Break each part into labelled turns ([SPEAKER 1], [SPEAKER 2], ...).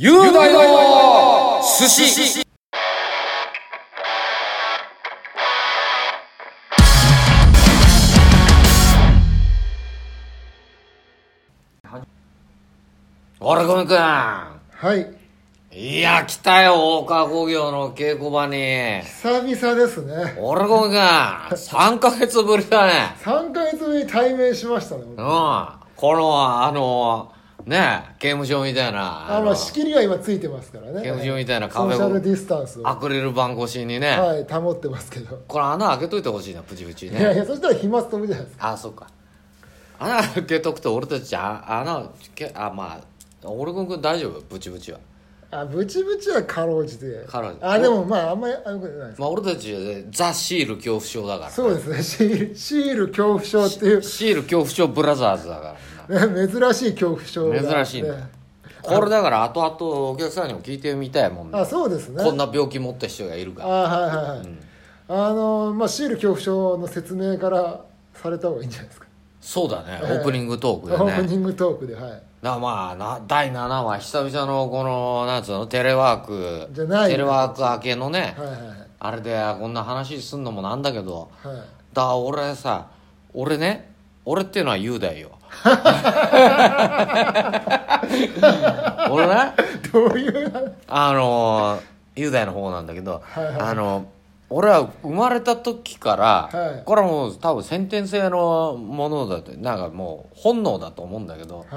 [SPEAKER 1] 雄大の寿司おらこみくん
[SPEAKER 2] はい
[SPEAKER 1] いや来たよ大川工業の稽古場に
[SPEAKER 2] 久々ですね
[SPEAKER 1] おらこみくん3ヶ月ぶりだね
[SPEAKER 2] 3ヶ月ぶりに対面しましたね
[SPEAKER 1] うんこのあのね刑務所みたいな
[SPEAKER 2] あ
[SPEAKER 1] の
[SPEAKER 2] の仕切りが今ついてますからね
[SPEAKER 1] 刑務所みたいな
[SPEAKER 2] ソ
[SPEAKER 1] 壁
[SPEAKER 2] ーシャル
[SPEAKER 1] を
[SPEAKER 2] ディスタンスを
[SPEAKER 1] ア
[SPEAKER 2] は
[SPEAKER 1] クリル板越しにね、
[SPEAKER 2] い保ってますけど
[SPEAKER 1] これ穴開けといてほしいなプチプチ
[SPEAKER 2] いやい
[SPEAKER 1] ね
[SPEAKER 2] やそしたら飛沫飛ぶじゃないですか
[SPEAKER 1] あそっか穴開けとくと俺たちあ穴けあまあ俺くんくん大丈夫ブチブチは
[SPEAKER 2] あブチブチはかろうじて
[SPEAKER 1] かろうじて
[SPEAKER 2] あでもまああんまりあよくないです
[SPEAKER 1] まあ俺たちはザ・シール恐怖症だから
[SPEAKER 2] そうですねシールシール恐怖症っていう、
[SPEAKER 1] シール恐怖症ブラザーズだからな
[SPEAKER 2] ね、珍しい恐怖症が
[SPEAKER 1] 珍しいねこれだから後々お客さんにも聞いてみたいもんね
[SPEAKER 2] あそうですね
[SPEAKER 1] こんな病気持った人がいる
[SPEAKER 2] あ
[SPEAKER 1] か
[SPEAKER 2] はいはいはい、あのまあシール恐怖症の説明からされた方がいいんじゃないですか
[SPEAKER 1] そうだね、
[SPEAKER 2] ええ
[SPEAKER 1] オープニングトーク
[SPEAKER 2] オ
[SPEAKER 1] でね
[SPEAKER 2] ープニングトークではい
[SPEAKER 1] だからまあな第7話久々のこのなんつうのテレワーク
[SPEAKER 2] じゃない
[SPEAKER 1] テレワーク明けのね、
[SPEAKER 2] はいはいはい
[SPEAKER 1] あれでこんな話すんのもなんだけど
[SPEAKER 2] はい
[SPEAKER 1] だから俺さ俺ね俺っていうのは雄大よ俺ね
[SPEAKER 2] どういう
[SPEAKER 1] あの雄大の方なんだけど、
[SPEAKER 2] はいはい
[SPEAKER 1] あの俺は生まれた時から、
[SPEAKER 2] はい
[SPEAKER 1] これはもう多分先天性のものだとなんかもう本能だと思うんだけど、
[SPEAKER 2] はい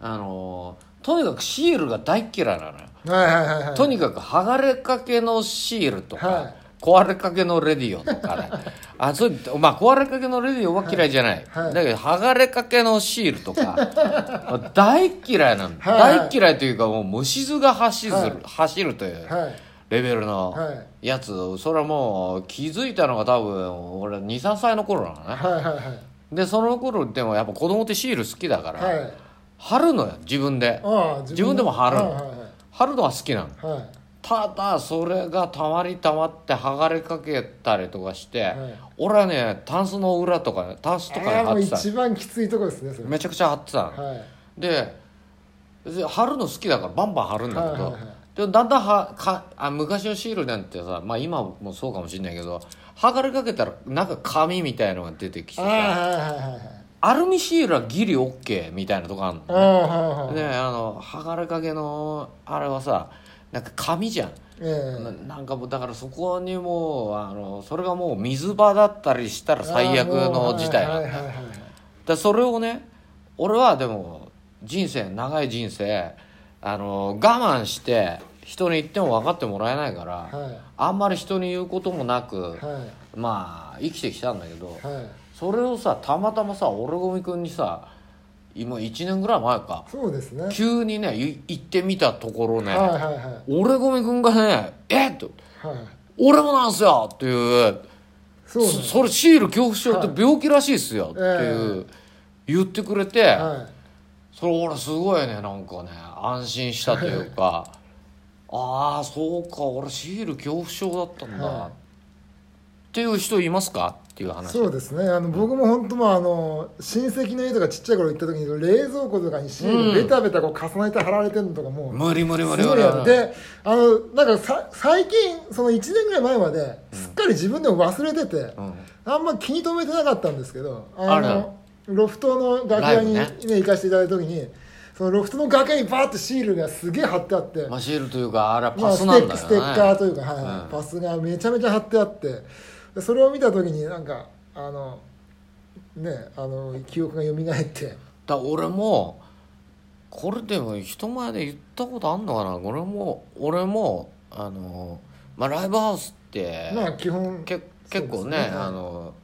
[SPEAKER 1] あのーとにかくシールが大っ嫌いなのよ、
[SPEAKER 2] はいはいはいはい
[SPEAKER 1] とにかく剥がれかけのシールとか、
[SPEAKER 2] はい
[SPEAKER 1] 壊れかけのレディオと かねあそうまあ壊れかけのレディオは嫌いじゃない、
[SPEAKER 2] はいはい
[SPEAKER 1] だけど剥がれかけのシールと か大っ嫌いなの、
[SPEAKER 2] はいはい
[SPEAKER 1] 大っ嫌いというかもう虫図が走る,、走るという
[SPEAKER 2] はい
[SPEAKER 1] レベルの
[SPEAKER 2] はい
[SPEAKER 1] やつ、それはもう気づいたのが多分俺23歳の頃なのね、
[SPEAKER 2] はいはいはい
[SPEAKER 1] でその頃でもやっぱ子供ってシール好きだから、
[SPEAKER 2] はい
[SPEAKER 1] 貼るのよ自分で
[SPEAKER 2] ああ
[SPEAKER 1] 自分でも貼る
[SPEAKER 2] はい
[SPEAKER 1] の
[SPEAKER 2] はい
[SPEAKER 1] 貼るのは好きなの
[SPEAKER 2] はいはい
[SPEAKER 1] ただそれがたまりたまって剥がれかけたりとかして、
[SPEAKER 2] はい
[SPEAKER 1] 俺はねタンスの裏とかねタンスとかに
[SPEAKER 2] ああ
[SPEAKER 1] 貼
[SPEAKER 2] も
[SPEAKER 1] っ
[SPEAKER 2] う
[SPEAKER 1] てた
[SPEAKER 2] 一番きついとこですねそれ
[SPEAKER 1] めちゃくちゃ貼ってたの、
[SPEAKER 2] はい
[SPEAKER 1] でで貼るの好きだからバンバン貼るんだけど、
[SPEAKER 2] はいはいは
[SPEAKER 1] でだんだんはかあ昔のシールなんてさまあ今もそうかもしれないけど剥がれかけたらなんか紙みたいのが出てきて
[SPEAKER 2] あ
[SPEAKER 1] さ
[SPEAKER 2] あはいはいはいはい
[SPEAKER 1] アルミシールはギリオッケーみたいなとこあるの
[SPEAKER 2] ああはいはい
[SPEAKER 1] ねあの剥がれかけのあれはさなんか紙じゃん、
[SPEAKER 2] ええ
[SPEAKER 1] ななんかもうだからそこにもうあのそれがもう水場だったりしたら最悪の事態
[SPEAKER 2] あ
[SPEAKER 1] な
[SPEAKER 2] あ
[SPEAKER 1] ん
[SPEAKER 2] もう
[SPEAKER 1] だ
[SPEAKER 2] はいはいはいはい
[SPEAKER 1] だそれをね俺はでも人生長い人生あの我慢して人に言っても分かってもらえないから、
[SPEAKER 2] は
[SPEAKER 1] あんまり人に言うこともなく、
[SPEAKER 2] いはい
[SPEAKER 1] まあ生きてきたんだけど、
[SPEAKER 2] はい
[SPEAKER 1] それをさたまたまさオルゴミ君にさ今1年ぐらい前か
[SPEAKER 2] そうですねはい
[SPEAKER 1] 急にねい行ってみたところね、
[SPEAKER 2] はいはいは
[SPEAKER 1] 俺ゴミくんがね「えっ!」と
[SPEAKER 2] い
[SPEAKER 1] 「俺もなんすよ!」っていう
[SPEAKER 2] そうなん
[SPEAKER 1] そ
[SPEAKER 2] です
[SPEAKER 1] それシール恐怖症って病気らしいっすよ」っていう、
[SPEAKER 2] え
[SPEAKER 1] 言ってくれて、
[SPEAKER 2] は
[SPEAKER 1] それ俺すごいねなんかね安心したというかああそうか俺シール恐怖症だったんだ、
[SPEAKER 2] はい
[SPEAKER 1] っていう人いますかっていう
[SPEAKER 2] い
[SPEAKER 1] 話
[SPEAKER 2] そうですねあの僕も本当まああの親戚の家とかちっちゃい頃行った時に冷蔵庫とかにシールベタベタこう重ねて貼られてるのとかもう
[SPEAKER 1] 無理無理無理
[SPEAKER 2] す
[SPEAKER 1] 無
[SPEAKER 2] ご
[SPEAKER 1] 理
[SPEAKER 2] いやるであのなんかさ最近その1年ぐらい前まですっかり自分でも忘れてて、
[SPEAKER 1] ん
[SPEAKER 2] あんま気に留めてなかったんですけど
[SPEAKER 1] あ
[SPEAKER 2] あ
[SPEAKER 1] らら
[SPEAKER 2] のロフトの楽屋に、
[SPEAKER 1] ラ
[SPEAKER 2] ね
[SPEAKER 1] イ
[SPEAKER 2] 行かせていただいた時にそのロフトの楽屋にバーッとシールがすげえ貼ってあって、
[SPEAKER 1] まあ、シールというかあれは
[SPEAKER 2] ま
[SPEAKER 1] パ
[SPEAKER 2] あ、
[SPEAKER 1] ス
[SPEAKER 2] ス
[SPEAKER 1] なんだ
[SPEAKER 2] テ
[SPEAKER 1] よね、
[SPEAKER 2] ッステッカーというか、はい
[SPEAKER 1] うん
[SPEAKER 2] パスがめちゃめちゃ貼ってあってでそれを見た時になんかあのねあの記憶が蘇って
[SPEAKER 1] だ俺もこれでも人前で言ったことあんのかな俺も俺もあの、まあ、ライブハウスって、
[SPEAKER 2] まあ基本
[SPEAKER 1] け結構
[SPEAKER 2] そう
[SPEAKER 1] ね
[SPEAKER 2] ですね
[SPEAKER 1] あの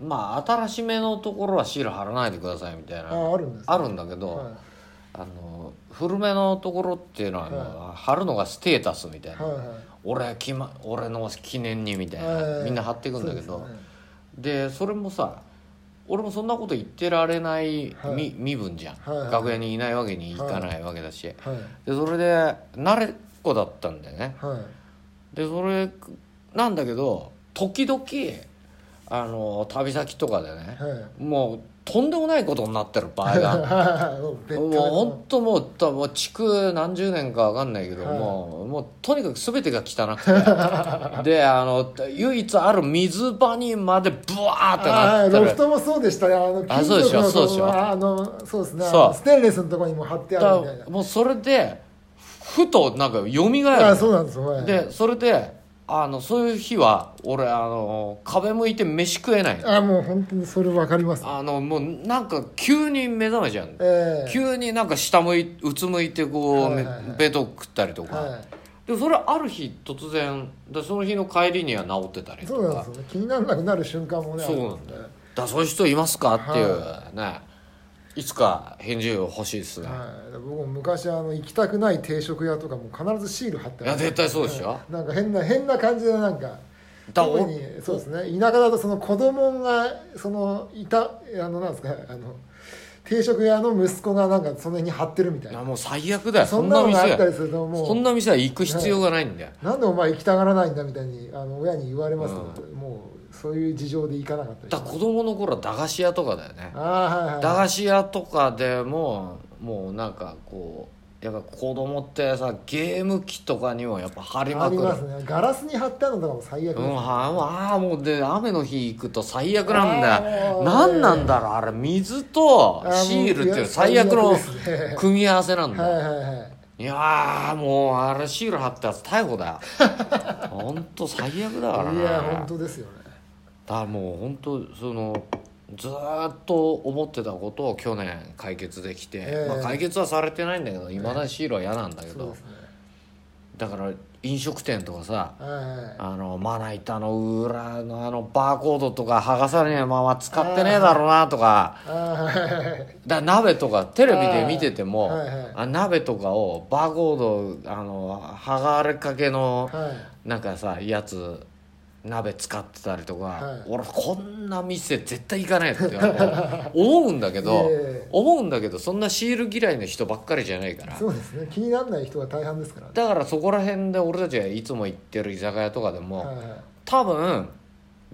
[SPEAKER 1] まあ新しめのところはシール貼らないでくださいみたいな
[SPEAKER 2] ああるんですね
[SPEAKER 1] あるんだけど、
[SPEAKER 2] は
[SPEAKER 1] あの古めのところっていうのは、
[SPEAKER 2] は
[SPEAKER 1] 貼るのがステータスみたい
[SPEAKER 2] い
[SPEAKER 1] な、
[SPEAKER 2] はいはい
[SPEAKER 1] 俺き、ま、俺の記念にみたいな、
[SPEAKER 2] はい
[SPEAKER 1] みんな貼っていくんだけど
[SPEAKER 2] そうですね
[SPEAKER 1] でそれもさ俺もそんなこと言ってられない身,、
[SPEAKER 2] はい
[SPEAKER 1] 身分じゃん、
[SPEAKER 2] はいはい
[SPEAKER 1] 楽屋にいないわけにいかないわけだし、
[SPEAKER 2] はい
[SPEAKER 1] でそれで慣れっこだったんだよね
[SPEAKER 2] はい
[SPEAKER 1] でそれなんだけど時々あの旅先とかでね
[SPEAKER 2] はい
[SPEAKER 1] もうとんでもないことになってる場合がある
[SPEAKER 2] もうベ
[SPEAKER 1] もう
[SPEAKER 2] ッド
[SPEAKER 1] 本当もう多分もう築何十年か分かんないけど、
[SPEAKER 2] はい
[SPEAKER 1] もうもうとにかく全てが汚く てであの唯一ある水場にまでブワーって
[SPEAKER 2] あ
[SPEAKER 1] なっ
[SPEAKER 2] あ
[SPEAKER 1] て
[SPEAKER 2] ロフ
[SPEAKER 1] る
[SPEAKER 2] トもそうでしたねあの
[SPEAKER 1] あそうでしょ
[SPEAKER 2] 金属の
[SPEAKER 1] そうでしょ
[SPEAKER 2] ああのそうですね
[SPEAKER 1] そう
[SPEAKER 2] ステンレスのところにも貼ってあるみたい
[SPEAKER 1] だもうそれでふとなんかよみ
[SPEAKER 2] なあ
[SPEAKER 1] が
[SPEAKER 2] あ
[SPEAKER 1] え
[SPEAKER 2] そうなんですよはい
[SPEAKER 1] るでそれであのそういう日は俺あの壁向いて飯食えない
[SPEAKER 2] ああもう本当にそれ分かります
[SPEAKER 1] あのもうなんか急に目覚めちゃうんだ
[SPEAKER 2] ええ
[SPEAKER 1] 急になんか下向いうつむいてこう、
[SPEAKER 2] はいはいはい
[SPEAKER 1] ベッド食ったりとか、
[SPEAKER 2] は
[SPEAKER 1] でそれある日突然でその日の帰りには治ってたり
[SPEAKER 2] い
[SPEAKER 1] と
[SPEAKER 2] そうな
[SPEAKER 1] か
[SPEAKER 2] んですよね気にならなくなる瞬間もね
[SPEAKER 1] そうなん
[SPEAKER 2] あるんで
[SPEAKER 1] だそういう人いますかっていうねいつか返事を欲しいですね、
[SPEAKER 2] はい、僕も昔あの行きたくない定食屋とかも必ずシール貼ってある
[SPEAKER 1] いや絶対そうでしょ
[SPEAKER 2] いなんか変な変な感じでなんか
[SPEAKER 1] だ
[SPEAKER 2] 特にそうですね田舎だとその子供がそのいたあのなんですかあの定食屋の息子がなんかその辺に貼ってるみたい
[SPEAKER 1] いや
[SPEAKER 2] な
[SPEAKER 1] もう最悪だよそ
[SPEAKER 2] そ
[SPEAKER 1] ん
[SPEAKER 2] ん
[SPEAKER 1] な
[SPEAKER 2] なのが
[SPEAKER 1] 店
[SPEAKER 2] あった
[SPEAKER 1] は
[SPEAKER 2] りするとも
[SPEAKER 1] そん
[SPEAKER 2] う
[SPEAKER 1] な店は行く必要がないんだよ、
[SPEAKER 2] なんでお前行きたがらないんだみたいにあの親に言われますけど、もうそういう事情で行かなかったりし
[SPEAKER 1] だ
[SPEAKER 2] ま
[SPEAKER 1] から子
[SPEAKER 2] す
[SPEAKER 1] 供の頃は駄菓子屋とかだよね
[SPEAKER 2] ああはいはい
[SPEAKER 1] 駄菓子屋とかでももうなんかこうやっぱ子供ってさゲーム機とかにもやっぱ貼り
[SPEAKER 2] あ
[SPEAKER 1] まく
[SPEAKER 2] り
[SPEAKER 1] る
[SPEAKER 2] ますねガラスに貼ってあるのとかも最悪で
[SPEAKER 1] う
[SPEAKER 2] す、
[SPEAKER 1] ん、はもうああもうで雨の日行くと最悪なんだ
[SPEAKER 2] あー
[SPEAKER 1] よ
[SPEAKER 2] もう
[SPEAKER 1] 何なんだろうあれ水とシールっていう最悪の
[SPEAKER 2] ですね
[SPEAKER 1] 組み合わせなん
[SPEAKER 2] はい
[SPEAKER 1] だよ
[SPEAKER 2] はいはい
[SPEAKER 1] いやーもうあれシール貼ったやつ逮捕 だよほんと最悪だから
[SPEAKER 2] い
[SPEAKER 1] ね
[SPEAKER 2] や本
[SPEAKER 1] だか
[SPEAKER 2] 当ですよね
[SPEAKER 1] らもう本当そのずーっと思ってたことを去年解決できて、
[SPEAKER 2] ええ
[SPEAKER 1] まあ、解決はされてないんだけどいまだにシールは嫌なんだけ
[SPEAKER 2] そう
[SPEAKER 1] ど、
[SPEAKER 2] ですね
[SPEAKER 1] だから飲食店とかさ
[SPEAKER 2] はいはい
[SPEAKER 1] あのまな板の裏のあのバーコードとか剥がされないまま使ってねえだろうなとか
[SPEAKER 2] あ
[SPEAKER 1] だ鍋とかテレビで見てても
[SPEAKER 2] はいはい
[SPEAKER 1] あ鍋とかをバーコードあの剥がれかけの
[SPEAKER 2] ーはいはい
[SPEAKER 1] なんかさやつ鍋使ってたりとか、
[SPEAKER 2] はい
[SPEAKER 1] 俺こんな店絶対行かないってあの思うんだけど
[SPEAKER 2] いえいえ
[SPEAKER 1] 思うんだけどそんなシール嫌いの人ばっかりじゃないから
[SPEAKER 2] そうですね気にならない人が大半ですからね
[SPEAKER 1] だからそこら辺で俺たちがいつも行ってる居酒屋とかでも、
[SPEAKER 2] はいはい
[SPEAKER 1] 多分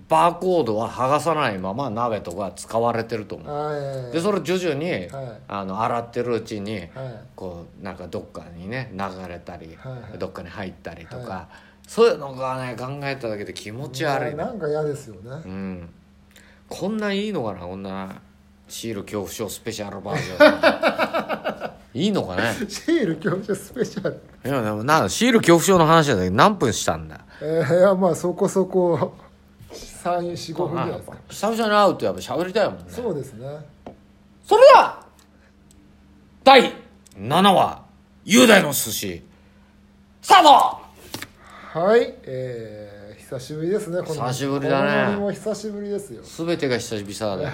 [SPEAKER 1] バーコードは剥がさないまま鍋とか使われてると思
[SPEAKER 2] あー
[SPEAKER 1] う
[SPEAKER 2] いや
[SPEAKER 1] で
[SPEAKER 2] い
[SPEAKER 1] それ徐々に、
[SPEAKER 2] やはい
[SPEAKER 1] あの洗ってるうちに
[SPEAKER 2] はい
[SPEAKER 1] こうなんかどっかにね流れたり、
[SPEAKER 2] はいはい
[SPEAKER 1] どっかに入ったりとか、
[SPEAKER 2] は
[SPEAKER 1] そういうのがね考えただけで気持ち悪い
[SPEAKER 2] や
[SPEAKER 1] な
[SPEAKER 2] なんか嫌ですよね
[SPEAKER 1] うんこんないいのかなこんなシール恐怖症スペシャルバージョン いいのかね
[SPEAKER 2] シール教授スペシャル
[SPEAKER 1] いやでもなシール恐怖症の話だけど何分したんだ
[SPEAKER 2] えーいやまあそこそこ345分ぐらいですか
[SPEAKER 1] 久々に会うとやっぱ喋りたいもんね
[SPEAKER 2] そうですね
[SPEAKER 1] それでは第7話雄大の寿司スタート
[SPEAKER 2] はいえー久しぶりですねこの
[SPEAKER 1] 久しぶりだね
[SPEAKER 2] このも久しぶりですよ
[SPEAKER 1] 全てが久々 だね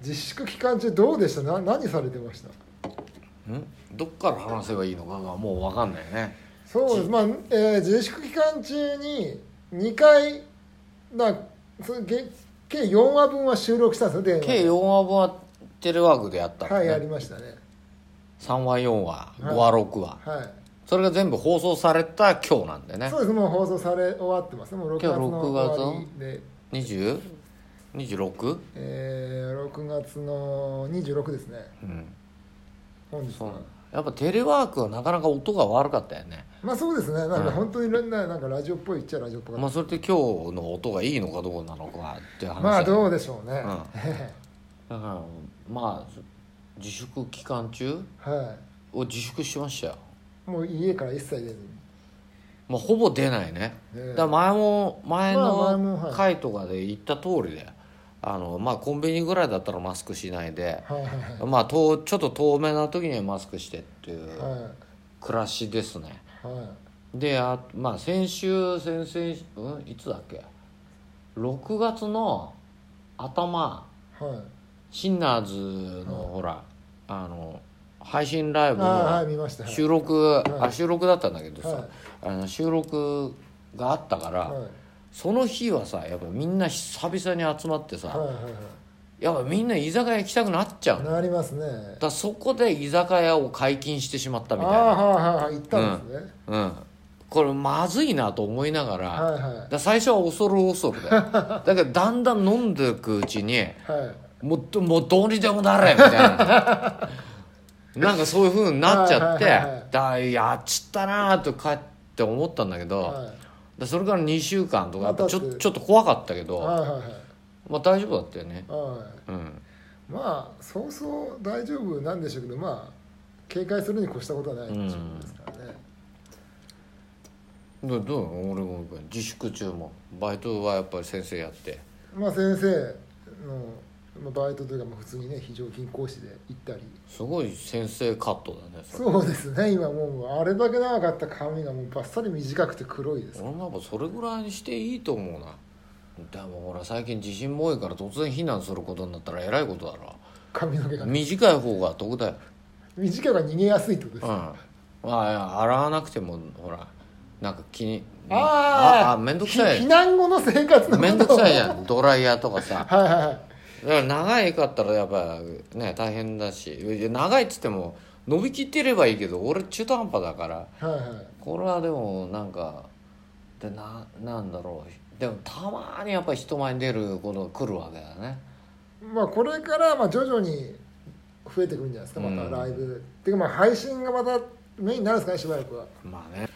[SPEAKER 2] 自粛期間中どうでしたな何されてました
[SPEAKER 1] んどっから話せばいいのかがもう分かんないね
[SPEAKER 2] そうです、まあえー自粛期間中に2回なそげ計4話分は収録したんですよ電話で
[SPEAKER 1] 計4話分はテレワークでやったの
[SPEAKER 2] はい
[SPEAKER 1] ね、
[SPEAKER 2] やりましたね
[SPEAKER 1] 3話4話5話6話
[SPEAKER 2] は
[SPEAKER 1] それが全部放送された今日なんで
[SPEAKER 2] い
[SPEAKER 1] ね
[SPEAKER 2] そうですもう放送され終わってますもう6月の
[SPEAKER 1] 今日6月
[SPEAKER 2] 終わりで、
[SPEAKER 1] 2026
[SPEAKER 2] えー、6月の26ですね
[SPEAKER 1] うん
[SPEAKER 2] 本日
[SPEAKER 1] そうな
[SPEAKER 2] は
[SPEAKER 1] んだやっぱテレワークはなかなか音が悪かったよね
[SPEAKER 2] まあそうですねなん
[SPEAKER 1] うん
[SPEAKER 2] か本当にななんかラジオっぽいっちゃラジオっぽか
[SPEAKER 1] ま
[SPEAKER 2] っ
[SPEAKER 1] あそれって今日の音がいいのかどうなのかっていう
[SPEAKER 2] た
[SPEAKER 1] 話
[SPEAKER 2] まあ
[SPEAKER 1] だけど
[SPEAKER 2] どうでしょうね、
[SPEAKER 1] うんだからまあ自粛期間中
[SPEAKER 2] は
[SPEAKER 1] を自粛しましたよ、
[SPEAKER 2] いもう家から一切出ずに
[SPEAKER 1] まあ、ほぼ出ないね、
[SPEAKER 2] ね
[SPEAKER 1] だから前も前
[SPEAKER 2] まあ前も
[SPEAKER 1] の
[SPEAKER 2] はい
[SPEAKER 1] 回とかで言った通りで、あのまあコンビニぐらいだったらマスクしないで、
[SPEAKER 2] はいはい
[SPEAKER 1] まあとちょっと透明な時にはマスクしてっていう
[SPEAKER 2] は
[SPEAKER 1] 暮らしですね
[SPEAKER 2] いはい
[SPEAKER 1] であまあ先週先々週、うん、いつだっけ6月の頭
[SPEAKER 2] はい
[SPEAKER 1] シンナーズのほらあの配信ライブの
[SPEAKER 2] ああはい見ましたはい
[SPEAKER 1] 収録、あ収録だったんだけどさ、
[SPEAKER 2] はい
[SPEAKER 1] あの収録があったから、
[SPEAKER 2] はい
[SPEAKER 1] その日はさやっぱみんな久々に集まってさ、
[SPEAKER 2] はいはいはい
[SPEAKER 1] やっぱみんな居酒屋行きたくなっちゃうのだか
[SPEAKER 2] なりますね
[SPEAKER 1] らそこで居酒屋を解禁してしまった
[SPEAKER 2] あ
[SPEAKER 1] みたいな
[SPEAKER 2] あはいはいはい行ったんですね、
[SPEAKER 1] うんこれまずいなと思いながら,、
[SPEAKER 2] はい
[SPEAKER 1] だから最初は恐る恐るだよだけどだんだん飲んでいくうちに
[SPEAKER 2] はいはい
[SPEAKER 1] もっともうどうにでもなれみたいななんかそういうふうになっちゃって、
[SPEAKER 2] はいはいはいはい
[SPEAKER 1] だからやっちったなーとかって思ったんだけど、
[SPEAKER 2] は
[SPEAKER 1] でそれから2週間とかやっぱちょ
[SPEAKER 2] またって
[SPEAKER 1] ちょっと怖かったけ
[SPEAKER 2] い
[SPEAKER 1] ど、
[SPEAKER 2] はいはいはい
[SPEAKER 1] まあ大丈夫だったよね
[SPEAKER 2] は
[SPEAKER 1] うん
[SPEAKER 2] いまあそうそう大丈夫なんでしょうけどまあ警戒するに越したことはないっていうことですからね、
[SPEAKER 1] どどう俺も自粛中もバイトはやっぱり先生やって
[SPEAKER 2] まあ先生のまあバイトというかまあ普通にね非常勤講師で行ったり
[SPEAKER 1] すごい先生カットだねそれ
[SPEAKER 2] そうですね今もうあれだけ長かった髪がもうバッサリ短くて黒いです
[SPEAKER 1] 俺もやっぱそれぐらいにしていいと思うなでもほら最近地震も多いから突然避難することになったらえらいことだろ
[SPEAKER 2] 髪の毛が
[SPEAKER 1] 短い方が得だよ
[SPEAKER 2] 短いが逃げやすいってことで
[SPEAKER 1] う
[SPEAKER 2] す
[SPEAKER 1] ん
[SPEAKER 2] ね、
[SPEAKER 1] まあいや洗わなくてもほらなんか気に
[SPEAKER 2] あー
[SPEAKER 1] ああ面倒くさ
[SPEAKER 2] ひ避
[SPEAKER 1] い
[SPEAKER 2] 難後の生活のことを
[SPEAKER 1] 面倒くさいじゃんドライヤーとかさ
[SPEAKER 2] はいはいはい
[SPEAKER 1] だから長いかったらやっぱね大変だしいや長いっつっても伸びきってればいいけど俺中途半端だから
[SPEAKER 2] はいはい
[SPEAKER 1] これはでもなんかでななんだろうでもたまにやっぱ人前に出ることが来るわけだね
[SPEAKER 2] まあこれからまあ徐々に増えてくるんじゃないですかま
[SPEAKER 1] うん
[SPEAKER 2] たライブ、っていうかまあ配信がまたメインになるんですかねしばらくは
[SPEAKER 1] まあね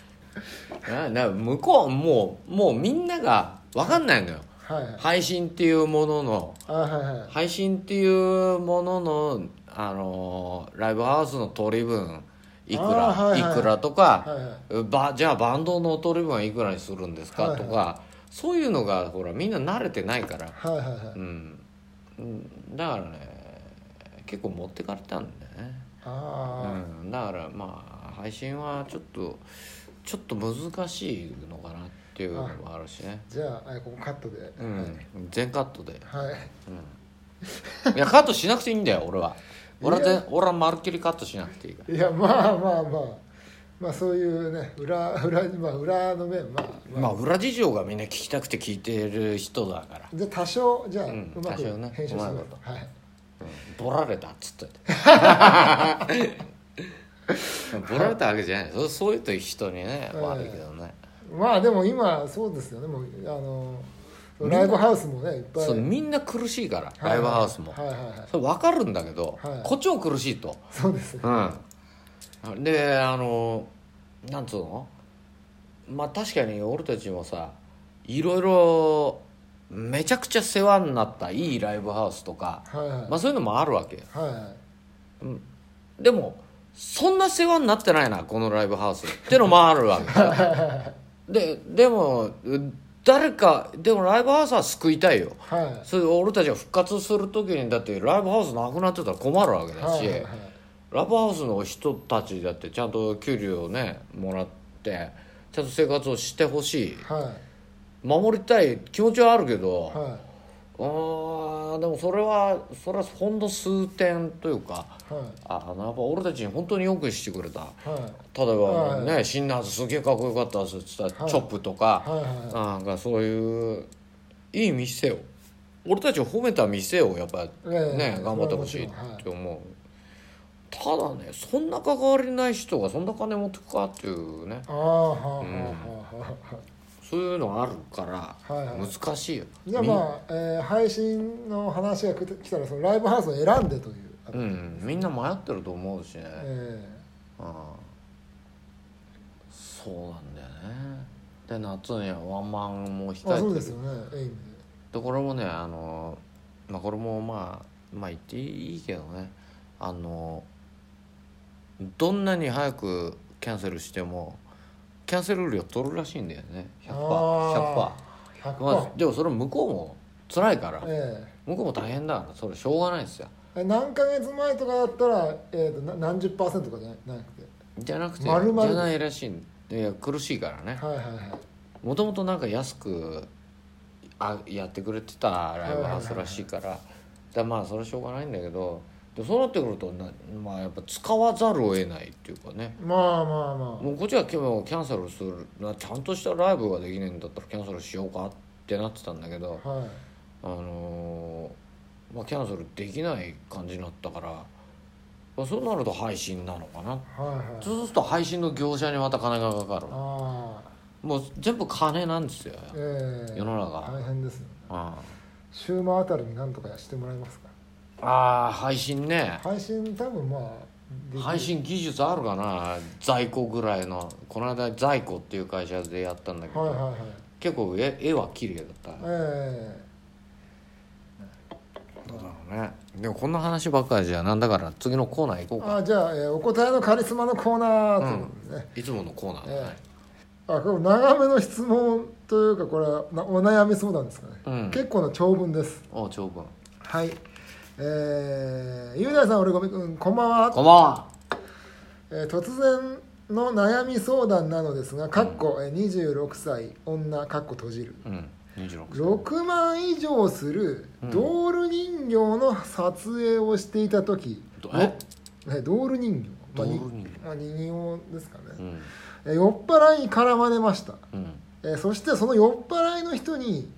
[SPEAKER 1] なな向こうもうもうみんなが分かんないのよ
[SPEAKER 2] はいはい
[SPEAKER 1] 配信っていうものの
[SPEAKER 2] あはいはいはい
[SPEAKER 1] 配信っていうもののあのーライブハウスの取り分いくら、
[SPEAKER 2] あーはいはい
[SPEAKER 1] いくらとか、
[SPEAKER 2] はいはい
[SPEAKER 1] ばじゃあバンドの取り分はいくらにするんですか
[SPEAKER 2] はい
[SPEAKER 1] とか、そういうのがほらみんな慣れてないから、
[SPEAKER 2] はいはいはい
[SPEAKER 1] うん、うんだからね結構持ってかれたんだよね、
[SPEAKER 2] あ
[SPEAKER 1] うん、だからまあ配信はちょっとちょっと難しいのかなっていうのもあるしね、
[SPEAKER 2] ーじゃあはいここカットで、
[SPEAKER 1] うん、全カットで、
[SPEAKER 2] はい
[SPEAKER 1] うん、いやカットしなくていいんだよ俺は俺はい全俺はまるっきりカットしなくていいから
[SPEAKER 2] いやまあまあまあまあそういうね裏裏まあ裏の面まあ、まあ
[SPEAKER 1] まあ裏事情がみんな聞きたくて聞いてる人だから
[SPEAKER 2] じゃあ多少じゃあ、うんまく
[SPEAKER 1] 多少ね
[SPEAKER 2] 編集します
[SPEAKER 1] うま
[SPEAKER 2] はい
[SPEAKER 1] ことボラれたっつっといて ボラれたわけじゃないそうそういうと人にね
[SPEAKER 2] うん
[SPEAKER 1] 悪いけどね、
[SPEAKER 2] まあでも今そうですよねもうあのライブハウスもねいっぱい
[SPEAKER 1] そうみんな苦しいから、ライブハウスも、
[SPEAKER 2] はいはいはい
[SPEAKER 1] それ分かるんだけど、
[SPEAKER 2] はい
[SPEAKER 1] こっちも苦しいと
[SPEAKER 2] そうですね
[SPEAKER 1] うんであのなんつうのまあ確かに俺たちもさいろいろめちゃくちゃ世話になったいいライブハウスとか、
[SPEAKER 2] はいはい
[SPEAKER 1] まあそういうのもあるわけよ
[SPEAKER 2] はいはい
[SPEAKER 1] でもそんな世話になってないなこのライブハウスってのもあるわ けででもう誰かでもライブハウスは救いたいよ
[SPEAKER 2] はいはい
[SPEAKER 1] それ俺たちが復活する時にだってライブハウスなくなってたら困るわけだし、
[SPEAKER 2] はいはい
[SPEAKER 1] ライブハウスの人たちだってちゃんと給料をねもらってちゃんと生活をしてほしい
[SPEAKER 2] は
[SPEAKER 1] 守りたい気持ちはあるけ
[SPEAKER 2] い
[SPEAKER 1] ど、
[SPEAKER 2] は
[SPEAKER 1] あーでもそれはそれはほんの数点というか
[SPEAKER 2] いは
[SPEAKER 1] ああのやっぱ俺たちに本当によくしてくれた
[SPEAKER 2] いはい
[SPEAKER 1] 例えば
[SPEAKER 2] はい
[SPEAKER 1] ね、シンナーズすげえかっこよかったっつってた、
[SPEAKER 2] はい
[SPEAKER 1] チョップとか、
[SPEAKER 2] はいはい
[SPEAKER 1] なんかそういういい店を俺たちを褒めた店をやっぱね、
[SPEAKER 2] ええ
[SPEAKER 1] 頑張ってほしいっ
[SPEAKER 2] それはもち
[SPEAKER 1] て思う、ただねそんな関わりない人がそんな金持ってくかっていうね
[SPEAKER 2] ああはあはあ
[SPEAKER 1] そういうのあるから
[SPEAKER 2] はいはい
[SPEAKER 1] 難しいよ、
[SPEAKER 2] じゃあまあ、えー、配信の話が来たらそのライブハウスを選んでという、
[SPEAKER 1] みんうんみんな迷ってると思うしね、
[SPEAKER 2] え
[SPEAKER 1] うんそうなんだよねで夏にはワンマンも控えて
[SPEAKER 2] ー、
[SPEAKER 1] る
[SPEAKER 2] あそうですよねエイム
[SPEAKER 1] でこれもねあのまあこれもまあまあ言っていいけどねあのどんなに早くキャンセルしてもキャンセル料取るらしいんだよね100%
[SPEAKER 2] あ
[SPEAKER 1] 100%,
[SPEAKER 2] 100%、
[SPEAKER 1] まあ、でもそれ向こうも辛いから
[SPEAKER 2] え
[SPEAKER 1] 向こうも大変だからそれしょうがないですよ
[SPEAKER 2] え何ヶ月前とかだったら、えー、とな何十パーセントかじゃななくて
[SPEAKER 1] じゃなくて
[SPEAKER 2] 丸々
[SPEAKER 1] じゃないらしいんいや苦しいからね
[SPEAKER 2] はいはいはい
[SPEAKER 1] もともとなんか安くあやってくれてたライブハウスらしいから,、だまあそれはしょうがないんだけどでそうなってくるとな、まあ、やっぱ使わざるを得ないっていうかね
[SPEAKER 2] まあまあま
[SPEAKER 1] もうこっちは今日キャンセルするなちゃんとしたライブができねえんだったらキャンセルしようかってなってたんだけど、
[SPEAKER 2] あはい
[SPEAKER 1] あのーまあ、キャンセルできない感じになったから、まあ、そうなると配信なのかな
[SPEAKER 2] はいはい
[SPEAKER 1] そうすると配信の業者にまた金がかかる
[SPEAKER 2] ああ
[SPEAKER 1] もう全部金なんですよ
[SPEAKER 2] ええ
[SPEAKER 1] 世の中は
[SPEAKER 2] 大変ですよ
[SPEAKER 1] ああ
[SPEAKER 2] 週末あたりに何とかしてもらえますか
[SPEAKER 1] ああ配信ね
[SPEAKER 2] 配信多分まあできる
[SPEAKER 1] 配信技術あるかな在庫ぐらいのこの間在庫っていう会社でやったんだけど、
[SPEAKER 2] はいはいはい
[SPEAKER 1] 結構絵絵は綺麗だったど
[SPEAKER 2] え
[SPEAKER 1] うだろうねでもこんな話ばっかりじゃなんだから次のコーナー行
[SPEAKER 2] え
[SPEAKER 1] こうか
[SPEAKER 2] あじゃあ、えーお答えのカリスマのコーナーということですね、
[SPEAKER 1] いつものコーナーだね、
[SPEAKER 2] あこれ長めの質問というかこれはなお悩み相談ですかね、
[SPEAKER 1] うん
[SPEAKER 2] 結構な長文です
[SPEAKER 1] お長文
[SPEAKER 2] はいえー、雄大さん俺ごめくんこんばんは
[SPEAKER 1] こんばんは
[SPEAKER 2] えー突然の悩み相談なのですが、かっこえー26歳女かっこ閉じる
[SPEAKER 1] うん26歳
[SPEAKER 2] 6万以上する
[SPEAKER 1] うん
[SPEAKER 2] ドール人形の撮影をしていた時、
[SPEAKER 1] ど
[SPEAKER 2] よ
[SPEAKER 1] え
[SPEAKER 2] えドール人形まあに
[SPEAKER 1] ドール人形
[SPEAKER 2] まあ人形ですかね、
[SPEAKER 1] うん
[SPEAKER 2] えー酔っ払いに絡まれました、
[SPEAKER 1] うん
[SPEAKER 2] えーそしてその酔っ払いの人に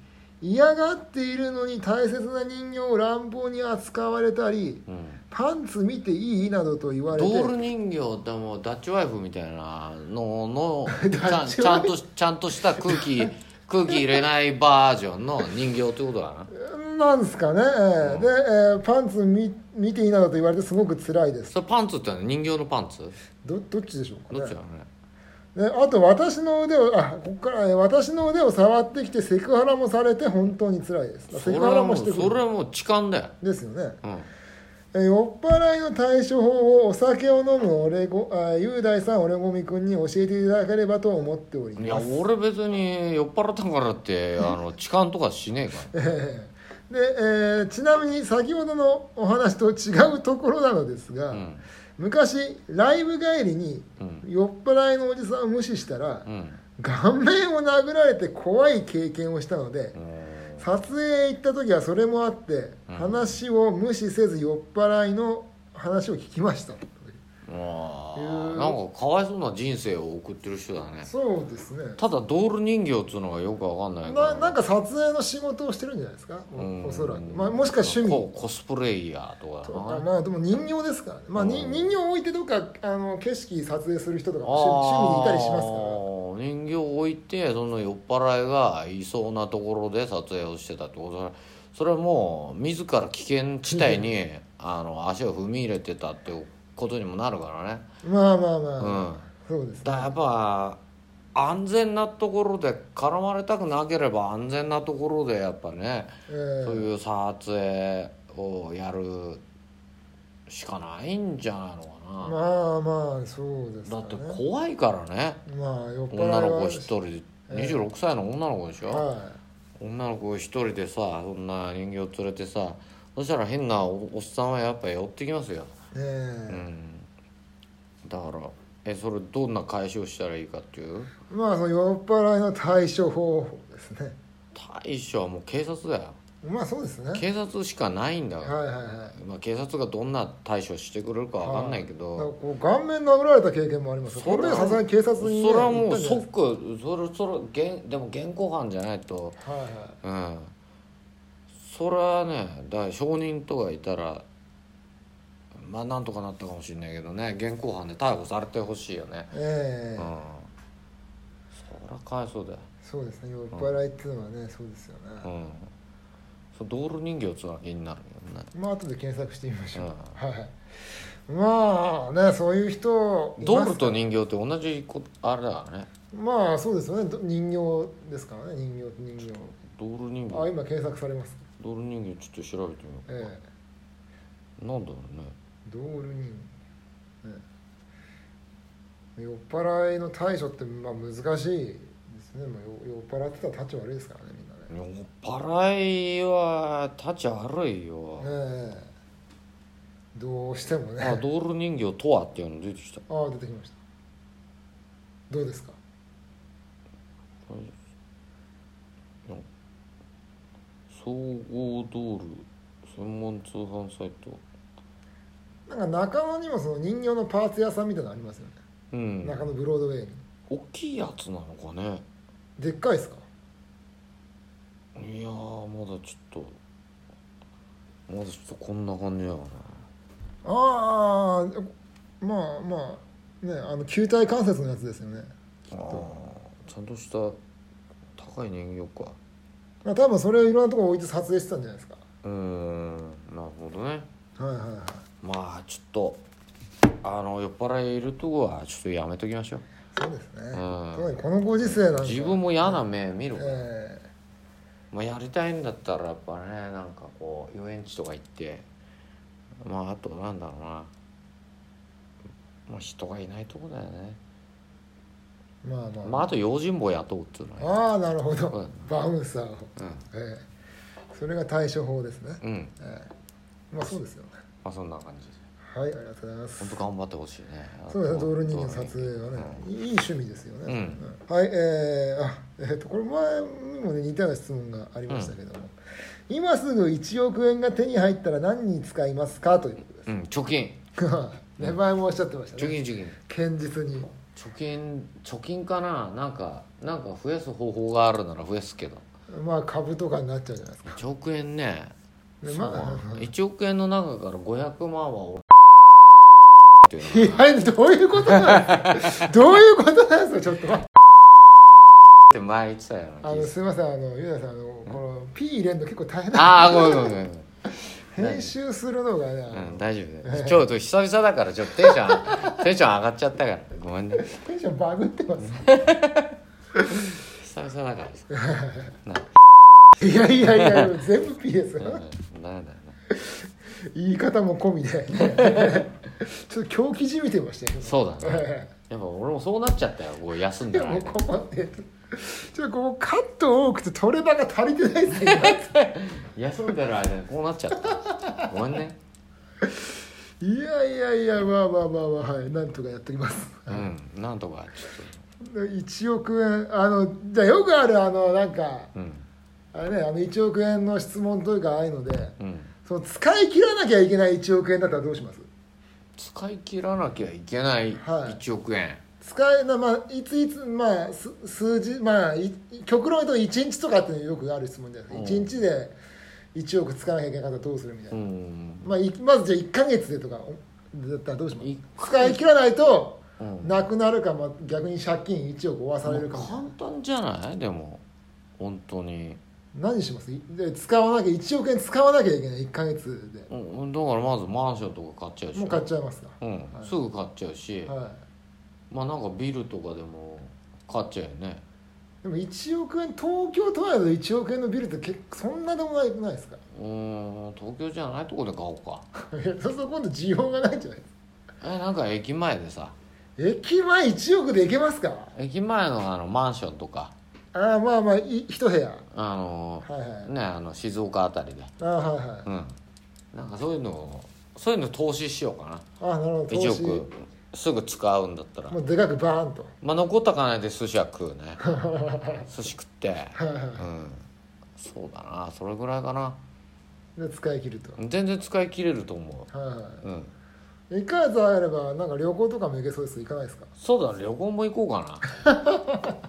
[SPEAKER 2] 嫌がっているのに大切な人形を乱暴に扱われたり
[SPEAKER 1] うん
[SPEAKER 2] パンツ見ていいなどと言われ
[SPEAKER 1] ド
[SPEAKER 2] て
[SPEAKER 1] ール人形ってもうダッチワイフみたいなの のちゃ
[SPEAKER 2] ダッ
[SPEAKER 1] ん
[SPEAKER 2] チ
[SPEAKER 1] ちゃんとちゃんとした空気空気入れないバージョンの人形ってことだな
[SPEAKER 2] なんですかね、えーで、えーパンツ見見ていいなどと言われてすごく辛いです
[SPEAKER 1] それパンツってのは人形のパンツ
[SPEAKER 2] どどっちでしょう
[SPEAKER 1] ど
[SPEAKER 2] か
[SPEAKER 1] っち
[SPEAKER 2] ね
[SPEAKER 1] だろうね
[SPEAKER 2] であと私の腕をあここから、えー私の腕を触ってきてセクハラもされて本当に辛いです
[SPEAKER 1] そ
[SPEAKER 2] セ
[SPEAKER 1] れ
[SPEAKER 2] クハラ
[SPEAKER 1] はも
[SPEAKER 2] も
[SPEAKER 1] う
[SPEAKER 2] してく
[SPEAKER 1] それ
[SPEAKER 2] る
[SPEAKER 1] はもう痴漢だよ
[SPEAKER 2] ですよね
[SPEAKER 1] うん
[SPEAKER 2] えー酔っ払いの対処法をお酒を飲む俺ごあ雄大さん俺ごみくんに教えていただければと思っており
[SPEAKER 1] いや
[SPEAKER 2] ます
[SPEAKER 1] 俺別に酔っ払ったからってあの痴漢とかしねえから
[SPEAKER 2] え ーで、えーちなみに先ほどのお話と違うところなのですが、
[SPEAKER 1] うん
[SPEAKER 2] 昔ライブ帰りに
[SPEAKER 1] うん
[SPEAKER 2] 酔っ払いのおじさんを無視したら、
[SPEAKER 1] うん
[SPEAKER 2] 顔面を殴られて怖い経験をしたので、
[SPEAKER 1] うん
[SPEAKER 2] 撮影行った時はそれもあって、
[SPEAKER 1] うん
[SPEAKER 2] 話を無視せず酔っ払いの話を聞きました
[SPEAKER 1] あ
[SPEAKER 2] い
[SPEAKER 1] ー
[SPEAKER 2] う
[SPEAKER 1] なんかかわいそうな人生を送ってる人だね
[SPEAKER 2] そうですね
[SPEAKER 1] ただドール人形っつうのがよくわかんないから
[SPEAKER 2] ななんか撮影の仕事をしてるんじゃないですかお
[SPEAKER 1] うん
[SPEAKER 2] おそらく、まあ、もしくは趣味
[SPEAKER 1] こうコスプレイヤーと
[SPEAKER 2] と
[SPEAKER 1] か
[SPEAKER 2] か
[SPEAKER 1] だな
[SPEAKER 2] まあでも人形ですからね、まあ、に
[SPEAKER 1] うん
[SPEAKER 2] 人形置いてどっかあの景色撮影する人とか
[SPEAKER 1] あー
[SPEAKER 2] も趣味趣味にいたりしますから
[SPEAKER 1] 人形を置いてその酔っ払いがいそうなところで撮影をしてたってことそれはもう自ら危険地帯にあの足を踏み入れてたってことにもなるからね
[SPEAKER 2] まあまあま
[SPEAKER 1] う
[SPEAKER 2] あ、
[SPEAKER 1] ん
[SPEAKER 2] そうです
[SPEAKER 1] だか
[SPEAKER 2] ね
[SPEAKER 1] らやっぱ安全なところで絡まれたくなければ安全なところでやっぱね
[SPEAKER 2] えー
[SPEAKER 1] そういう撮影をやるしかないんじゃないのかな、
[SPEAKER 2] まあまあそうです
[SPEAKER 1] だ
[SPEAKER 2] か
[SPEAKER 1] って
[SPEAKER 2] ね
[SPEAKER 1] 怖いからね
[SPEAKER 2] まあ酔っ払い
[SPEAKER 1] 女
[SPEAKER 2] は
[SPEAKER 1] の子一人、
[SPEAKER 2] ええ
[SPEAKER 1] 26歳の女の子でしょ、
[SPEAKER 2] は
[SPEAKER 1] 女の子一人でさそんな人形連れてさそしたら変なおおっさんはやっぱ寄ってきますよ、
[SPEAKER 2] いね
[SPEAKER 1] う
[SPEAKER 2] え
[SPEAKER 1] ん、だからえそれどんな解消したらいいかっていう
[SPEAKER 2] まあその酔っ払いの対処方法ですね
[SPEAKER 1] 対処はもう警察だよ
[SPEAKER 2] まあそうですねはい
[SPEAKER 1] 警察しかないんだから、
[SPEAKER 2] はいはい
[SPEAKER 1] まあ、警察がどんな対処してくれるかわかんないけど、
[SPEAKER 2] だからこう顔面殴られた経験もありますよ
[SPEAKER 1] それは
[SPEAKER 2] これはさすがに警察にね
[SPEAKER 1] それはもう
[SPEAKER 2] 行ったんじゃないです
[SPEAKER 1] 即それそれ現でも現行犯じゃないと
[SPEAKER 2] かはいは
[SPEAKER 1] うんそれはねだから証人とかいたらまあなんとかなったかもしれないけどね現行犯で逮捕されてほしいよね
[SPEAKER 2] いえ
[SPEAKER 1] うん
[SPEAKER 2] え
[SPEAKER 1] そりゃかわいそうだよ
[SPEAKER 2] そうですね酔っ払いっていうのはねそうですよ
[SPEAKER 1] う
[SPEAKER 2] ね
[SPEAKER 1] んそうドール人形つなが気になるよね
[SPEAKER 2] まあ後で検索してみましょう
[SPEAKER 1] うん
[SPEAKER 2] はいまあねそういう人います
[SPEAKER 1] ドールと人形って同じこあれだからね
[SPEAKER 2] まあそうですよねど人形ですからね人形と人形
[SPEAKER 1] ドール人
[SPEAKER 2] あ
[SPEAKER 1] 形
[SPEAKER 2] 今検索されます
[SPEAKER 1] ドール人形ちょっと調べてみよう
[SPEAKER 2] ええ
[SPEAKER 1] なんだろうね
[SPEAKER 2] ドール人形、ね酔っ払いの対処ってまあ難しいですね、まあ、よ酔っ払ってたら立ち悪いですからねみんなね
[SPEAKER 1] 酔っ払いは立ち悪いよ、
[SPEAKER 2] ねえどうしてもね
[SPEAKER 1] あドール人形とはっていうの出てきた
[SPEAKER 2] ああ出てきましたどうですか
[SPEAKER 1] 総合ドール専門通販サイト
[SPEAKER 2] なんか中野にもその人形のパーツ屋さんみたいなのありますよね、
[SPEAKER 1] うん
[SPEAKER 2] 中野ブロードウェイに
[SPEAKER 1] 大きいやつなのかね
[SPEAKER 2] でっかいですか
[SPEAKER 1] いやーまだちょっとまだちょっとこんな感じだよな
[SPEAKER 2] ああまあまあねあの球体関節のやつですよね
[SPEAKER 1] あーちゃんとした高い人形か
[SPEAKER 2] まあ多分それをいろんなところ置いて撮影してたんじゃないですか
[SPEAKER 1] うーんなるほどね
[SPEAKER 2] はいはいはい
[SPEAKER 1] まあちょっとあの酔っ払いいるとこはちょっとやめときましょう
[SPEAKER 2] そうですね
[SPEAKER 1] うん
[SPEAKER 2] 特にこのご時世なんか
[SPEAKER 1] 自分も嫌な目見るから
[SPEAKER 2] え
[SPEAKER 1] まあ、やりたいんだったらやっぱねなんかこう遊園地とか行ってまああとなんだろうな、まあ、人がいないとこだよね
[SPEAKER 2] えまあまあ
[SPEAKER 1] まああと用心棒雇うっていうのは
[SPEAKER 2] ああなるほ
[SPEAKER 1] う
[SPEAKER 2] ど
[SPEAKER 1] ん
[SPEAKER 2] バウンサーを、ええそれが対処法ですね、
[SPEAKER 1] うん、うん、
[SPEAKER 2] ええまあそうですよね
[SPEAKER 1] まあそんな感じです
[SPEAKER 2] はいありがとうございま
[SPEAKER 1] 本
[SPEAKER 2] す
[SPEAKER 1] 当頑張ってほしいね
[SPEAKER 2] そうですねドール人
[SPEAKER 1] 間
[SPEAKER 2] 間撮影はね、いい趣味ですよね、
[SPEAKER 1] うん
[SPEAKER 2] うんはいえーあえー、とこれ前にもね似たような質問がありましたけども、今すぐ1億円が手に入ったら何に使いますかということです
[SPEAKER 1] うん、うん、貯金
[SPEAKER 2] ね前もおっしゃってました
[SPEAKER 1] 貯
[SPEAKER 2] ね
[SPEAKER 1] 金貯金
[SPEAKER 2] 堅実に
[SPEAKER 1] 貯金貯金かななんかなんか増やす方法があるなら増やすけど
[SPEAKER 2] まあ株とかになっちゃうじゃないですか
[SPEAKER 1] 1億円ね
[SPEAKER 2] で
[SPEAKER 1] そう
[SPEAKER 2] まあ
[SPEAKER 1] 1億円の中から500万は俺っていうのが
[SPEAKER 2] いやどういうことなんですかどういうことなんですかちょっと待って
[SPEAKER 1] って前言ってたような
[SPEAKER 2] あ
[SPEAKER 1] 気がす
[SPEAKER 2] の
[SPEAKER 1] る
[SPEAKER 2] すいませんあのゆうやさんあのこの P 入れるの結構大変だ
[SPEAKER 1] ああごめんごめ んごめん、
[SPEAKER 2] 編集するのがね、あ
[SPEAKER 1] う
[SPEAKER 2] の
[SPEAKER 1] ん、大丈夫だよちょっと久々だからちょっとテンション テンション上がっちゃったからごめんね
[SPEAKER 2] テンションバグってます
[SPEAKER 1] 久々だからさ
[SPEAKER 2] いやいやいや、全部 P ですよ。
[SPEAKER 1] うんダメだよね
[SPEAKER 2] 言い方も込みで。ちょっと狂気じみてました よ。
[SPEAKER 1] そうだね
[SPEAKER 2] え
[SPEAKER 1] やっぱ俺もそうなっちゃったよこう休ん
[SPEAKER 2] え
[SPEAKER 1] で
[SPEAKER 2] で
[SPEAKER 1] な
[SPEAKER 2] も
[SPEAKER 1] い
[SPEAKER 2] 困って。ちょっとここカット多くて取れ場が足りてないです ね。
[SPEAKER 1] 休んでる間にこうなっちゃったごめんね
[SPEAKER 2] いやいやいや、まあまあまあまあ、はい、なんとかやっておきます。
[SPEAKER 1] うんなんとかち
[SPEAKER 2] 1億円、あの、じゃあよくある、あの、なんか、
[SPEAKER 1] ょっとうん
[SPEAKER 2] あれね、あの1億円の質問というか、ああいうので、
[SPEAKER 1] うん
[SPEAKER 2] その使い切らなきゃいけない1億円だったらどうします
[SPEAKER 1] 使い切らなきゃいけない
[SPEAKER 2] はい
[SPEAKER 1] 1億円、
[SPEAKER 2] 使えなまあいついつまあす数字まあい極論言うと1日とかってよくある質問じゃないですか、
[SPEAKER 1] うん
[SPEAKER 2] 1日で1億使わなきゃいけなかったらどうするみたいうな、
[SPEAKER 1] ん
[SPEAKER 2] まあ、いまずじゃあ1か月でとかおだったらどうします
[SPEAKER 1] い
[SPEAKER 2] 使い切らないと
[SPEAKER 1] うん
[SPEAKER 2] なくなるか、まあ、逆に借金1億負わされるかもしれ
[SPEAKER 1] 簡単じゃないでも本当に
[SPEAKER 2] ない何しますいで使わなきゃ1億円使わなきゃいけない1か月で
[SPEAKER 1] うん、だからまずマンションとか買っちゃうでしょ
[SPEAKER 2] もう買っちゃいますか、
[SPEAKER 1] うん
[SPEAKER 2] はい
[SPEAKER 1] すぐ買っちゃうし、
[SPEAKER 2] は
[SPEAKER 1] まあなんかビルとかでも買っちゃうよね
[SPEAKER 2] い、でも1億円東京都内の1億円のビルって結構そんなでもないくないですか
[SPEAKER 1] うーん東京じゃないとこで買おうか
[SPEAKER 2] いやそうすると今度需要がないんじゃない
[SPEAKER 1] えなんか駅前でさ
[SPEAKER 2] 駅前1億で行けますか
[SPEAKER 1] 駅前のあのマンションとか
[SPEAKER 2] ああまあまあい一部屋は
[SPEAKER 1] あの
[SPEAKER 2] いはい
[SPEAKER 1] ねあの静岡あたりで
[SPEAKER 2] ああはいはい
[SPEAKER 1] うんなんかそういうのをそういうの投資しようかな
[SPEAKER 2] ああなるほど
[SPEAKER 1] 1
[SPEAKER 2] 投資
[SPEAKER 1] 億すぐ使うんだったら
[SPEAKER 2] もうでかくバーンと
[SPEAKER 1] まあ残った金で寿司は食うね 寿司食って
[SPEAKER 2] はいは
[SPEAKER 1] うんそうだなそれぐらいかない
[SPEAKER 2] で使い切ると
[SPEAKER 1] 全然使い切れると思
[SPEAKER 2] はいう
[SPEAKER 1] うん
[SPEAKER 2] はい1ヶ月あればなんか旅行とかも行けそうです行かないですか
[SPEAKER 1] そうだ旅行も行こうか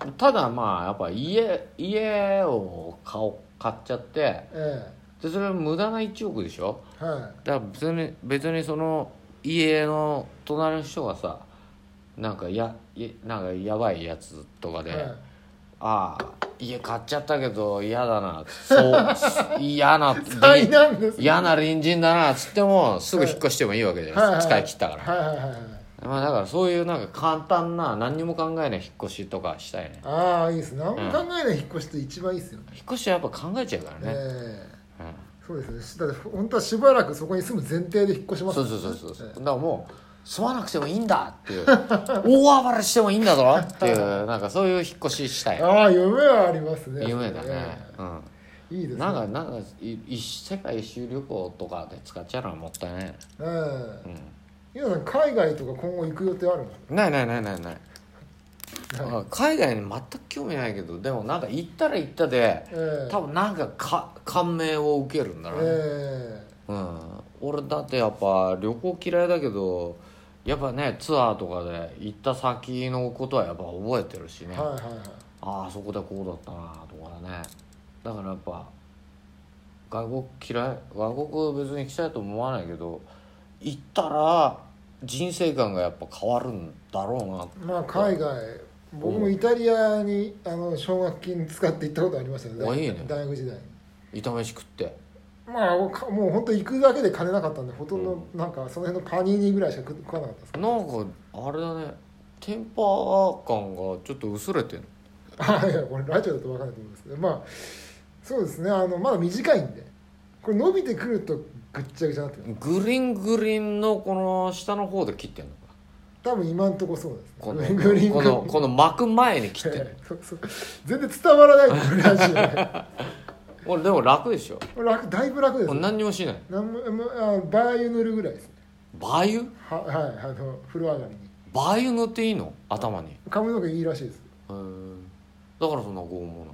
[SPEAKER 1] なただまあやっぱ家家を買おう買っちゃって
[SPEAKER 2] え
[SPEAKER 1] でそれは無駄な1億でしょ
[SPEAKER 2] えは
[SPEAKER 1] だから別に別にその家の隣の人がさなんかややなんかやばいやつとか
[SPEAKER 2] い
[SPEAKER 1] で、
[SPEAKER 2] は
[SPEAKER 1] ああ家買っちゃったけど嫌だな そう嫌ない
[SPEAKER 2] 災難ですね
[SPEAKER 1] 嫌な隣人だなっつってもすぐ引っ越してもいいわけじゃないですか、
[SPEAKER 2] はい
[SPEAKER 1] 使い切ったから、
[SPEAKER 2] はいはいはいはい
[SPEAKER 1] まあだからそういうなんか簡単な何にも考えない引っ越しとかしたいね
[SPEAKER 2] ああいいです何も考えない引っ越しって一番いいですよね
[SPEAKER 1] 引っ越しはやっぱ考えちゃうからね、
[SPEAKER 2] え
[SPEAKER 1] う
[SPEAKER 2] えそうですねだって本当はしばらくそこに住む前提で引っ越しま
[SPEAKER 1] ん、
[SPEAKER 2] すか
[SPEAKER 1] そう
[SPEAKER 2] らね
[SPEAKER 1] そうそうそうそう
[SPEAKER 2] え
[SPEAKER 1] だからもう住まなくてもいいんだっていう 大暴れしてもいいんだぞっていうなんかそういう引っ越しした
[SPEAKER 2] え
[SPEAKER 1] い
[SPEAKER 2] ああ夢はありますね
[SPEAKER 1] 夢だね
[SPEAKER 2] え、
[SPEAKER 1] うん
[SPEAKER 2] えいいですね
[SPEAKER 1] なんかなんかい一世界一周旅行とかで使っちゃうのはもったいないね
[SPEAKER 2] ええゆうさん海外とか今後行く予定あるんです
[SPEAKER 1] ないないないないない
[SPEAKER 2] か、
[SPEAKER 1] あ海外に全く興味ないけどでもなんか行ったら行ったで
[SPEAKER 2] ええ
[SPEAKER 1] 多分なんかか感銘を受けるんだろうね、
[SPEAKER 2] え
[SPEAKER 1] うん、俺だってやっぱ旅行嫌いだけどやっぱねツアーとかで行った先のことはやっぱ覚えてるし
[SPEAKER 2] え
[SPEAKER 1] ね、
[SPEAKER 2] はいはいはい
[SPEAKER 1] ああそこでこうだったなとかねだからやっぱ外国嫌い外国別に行きたいと思わないけど行ったら人生観がやっぱ変わるんだろうな
[SPEAKER 2] まあ海外僕もイタリアにあの奨学金使って行ったことありましたよ
[SPEAKER 1] おいい
[SPEAKER 2] 大
[SPEAKER 1] ね
[SPEAKER 2] 大学時代に
[SPEAKER 1] 炒め飯食って
[SPEAKER 2] まあもうかもう本当行くだけで金なかったんでほとんど
[SPEAKER 1] う
[SPEAKER 2] なんかその辺のパニーニぐらいしか食食わなかったです
[SPEAKER 1] なんかあれだねテンパー感がちょっと薄れてんの
[SPEAKER 2] あいやこれラジオだと分かんないと思いますけどまあそうですねあのまだ短いんでこれ伸びてくるとぐっちゃぐちゃになってくる
[SPEAKER 1] グリングリンのこの下の方で切ってんのか
[SPEAKER 2] 多分今んとこそうですね
[SPEAKER 1] この
[SPEAKER 2] グ リーン
[SPEAKER 1] このこの巻く前に切ってんの
[SPEAKER 2] ええそうそう全然伝わらないこれラジ オね
[SPEAKER 1] これでも楽でしょ
[SPEAKER 2] これ楽だいぶ楽です
[SPEAKER 1] これ
[SPEAKER 2] ね
[SPEAKER 1] 何にもしない
[SPEAKER 2] なんももあバー油塗るぐらいですね
[SPEAKER 1] バー油
[SPEAKER 2] ははいあの風呂上がりに
[SPEAKER 1] バー油塗っていいの頭にへ
[SPEAKER 2] 髪の毛いいらしいです
[SPEAKER 1] ーだからそんな拷問な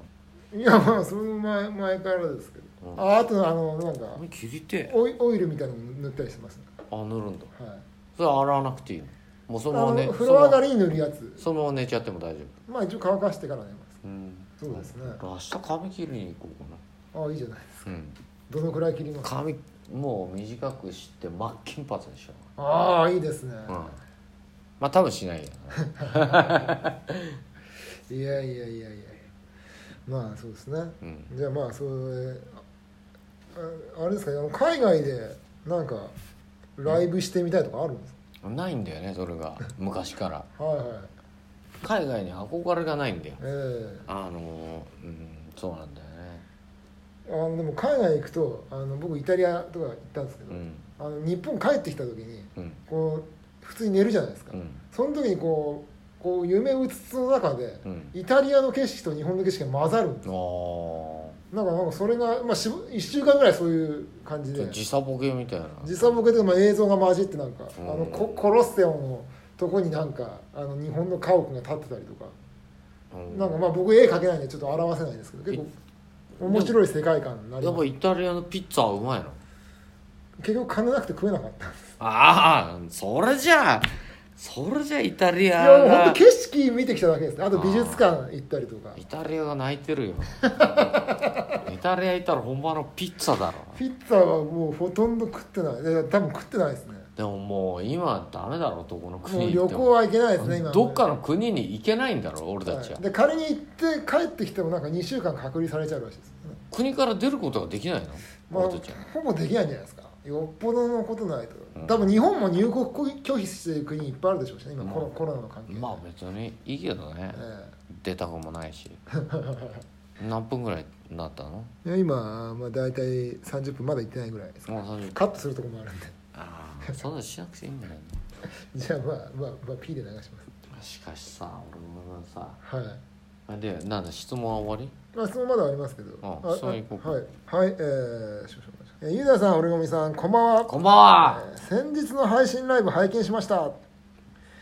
[SPEAKER 1] い
[SPEAKER 2] やまあその前前からですけど、
[SPEAKER 1] うん
[SPEAKER 2] ああとあのなんか
[SPEAKER 1] の切りてえ
[SPEAKER 2] オイオイルみたいなの塗ったりしてますね、
[SPEAKER 1] あ塗るんだ
[SPEAKER 2] はい、
[SPEAKER 1] それ洗わなくていいのもうそ
[SPEAKER 2] あ
[SPEAKER 1] のまま
[SPEAKER 2] の
[SPEAKER 1] ねそ
[SPEAKER 2] 風
[SPEAKER 1] の
[SPEAKER 2] 呂
[SPEAKER 1] ま
[SPEAKER 2] 上が
[SPEAKER 1] ま
[SPEAKER 2] りに塗るやつ
[SPEAKER 1] そのまま寝ちゃっても大丈
[SPEAKER 2] まあ一応乾かしてから寝ます
[SPEAKER 1] 夫うん
[SPEAKER 2] そうですね
[SPEAKER 1] 明日髪切りに行こうか
[SPEAKER 2] ああいいじゃないですか
[SPEAKER 1] なうん
[SPEAKER 2] どのくらい切りますか
[SPEAKER 1] 髪もう短くして真っ金髪にしよ
[SPEAKER 2] ああいいですね、
[SPEAKER 1] う、うん、まあ多分しないよ
[SPEAKER 2] いやいやいやいやまあそうですね
[SPEAKER 1] な、うん、
[SPEAKER 2] じゃあまあそれあああれですかねあの海外でなんかライブしてみたいとかあるんです
[SPEAKER 1] ないんだよねそれが昔から
[SPEAKER 2] かはいはい
[SPEAKER 1] 海外に憧れがないんだよ
[SPEAKER 2] ええ
[SPEAKER 1] あのうんそうなんだよね
[SPEAKER 2] あのでも海外行くとあの僕イタリアとか行ったんですけど、
[SPEAKER 1] うん
[SPEAKER 2] あの日本帰ってきた時に
[SPEAKER 1] うん
[SPEAKER 2] こう普通に寝るじゃないですか、
[SPEAKER 1] うん
[SPEAKER 2] その時にこうこう夢うつつの中で、
[SPEAKER 1] うん
[SPEAKER 2] イタリアの景色と日本の景色が混ざるんです
[SPEAKER 1] あー
[SPEAKER 2] なんかなんかそれが、まあ、し1週間ぐらいそういう感じ
[SPEAKER 1] ちょ
[SPEAKER 2] で
[SPEAKER 1] っと時差ボケみたいな
[SPEAKER 2] 時差ボケでまあ映像が混じってなんか、
[SPEAKER 1] うん
[SPEAKER 2] あのココロッセオのとこになんかあの日本の家屋が建ってたりとか、
[SPEAKER 1] うん
[SPEAKER 2] なんかまあ僕絵描けないんでちょっと表せないんですけど結構面白い世界観になり
[SPEAKER 1] やっ
[SPEAKER 2] ま
[SPEAKER 1] ぱ
[SPEAKER 2] す
[SPEAKER 1] イタリアのピッツァはうまいの
[SPEAKER 2] 結局金なくて食えなかったんです
[SPEAKER 1] ああそれじゃあそれじゃあイタリ
[SPEAKER 2] い
[SPEAKER 1] ア
[SPEAKER 2] やもう本
[SPEAKER 1] が
[SPEAKER 2] 当景色見てきただけですあと美術館行ったりとか
[SPEAKER 1] イタリアが泣いて るよイタリア行ったら本場のピッツァだろ
[SPEAKER 2] ピッツァはもうほとんど食ってないいや多分食ってないですね
[SPEAKER 1] でももう今ダメだろどこの
[SPEAKER 2] もう
[SPEAKER 1] 国行
[SPEAKER 2] 旅
[SPEAKER 1] っても
[SPEAKER 2] 行はいけないですね今はね
[SPEAKER 1] どっかの国に行けないんだろ俺たちは、
[SPEAKER 2] はいで仮に行って帰ってきてもなんか2週間隔離されちゃうらしいです、
[SPEAKER 1] 国から出ることができないの、
[SPEAKER 2] まあ
[SPEAKER 1] 俺たちは、
[SPEAKER 2] ほぼできないんじゃないですかよっぽどのことないと、
[SPEAKER 1] うん
[SPEAKER 2] 多分日本も入国拒否してる国いっぱいあるでしょうしね今
[SPEAKER 1] まあ
[SPEAKER 2] コロ,、コロナの関係で、
[SPEAKER 1] まあ別にいいけどね
[SPEAKER 2] え
[SPEAKER 1] 出たくもないし何分ぐらいになったの
[SPEAKER 2] えいや今、まあ、大体30分まだ行ってないぐらいですか
[SPEAKER 1] もう30
[SPEAKER 2] カットするとこもあるんで
[SPEAKER 1] ああそんなのしなくていいんだよね
[SPEAKER 2] じゃあまあまあ、まあ、P で流します
[SPEAKER 1] しかしさ俺もさ
[SPEAKER 2] はい
[SPEAKER 1] あでなんだ質問は終わ
[SPEAKER 2] まあ質問まだありますけど
[SPEAKER 1] あ
[SPEAKER 2] あ
[SPEAKER 1] 質問行こうか
[SPEAKER 2] はいはいえー、少々お待ちくださいえーゆうださん折込みさんこんばんは
[SPEAKER 1] りこんばんは
[SPEAKER 2] えー先日の配信ライブ拝見しました
[SPEAKER 1] あ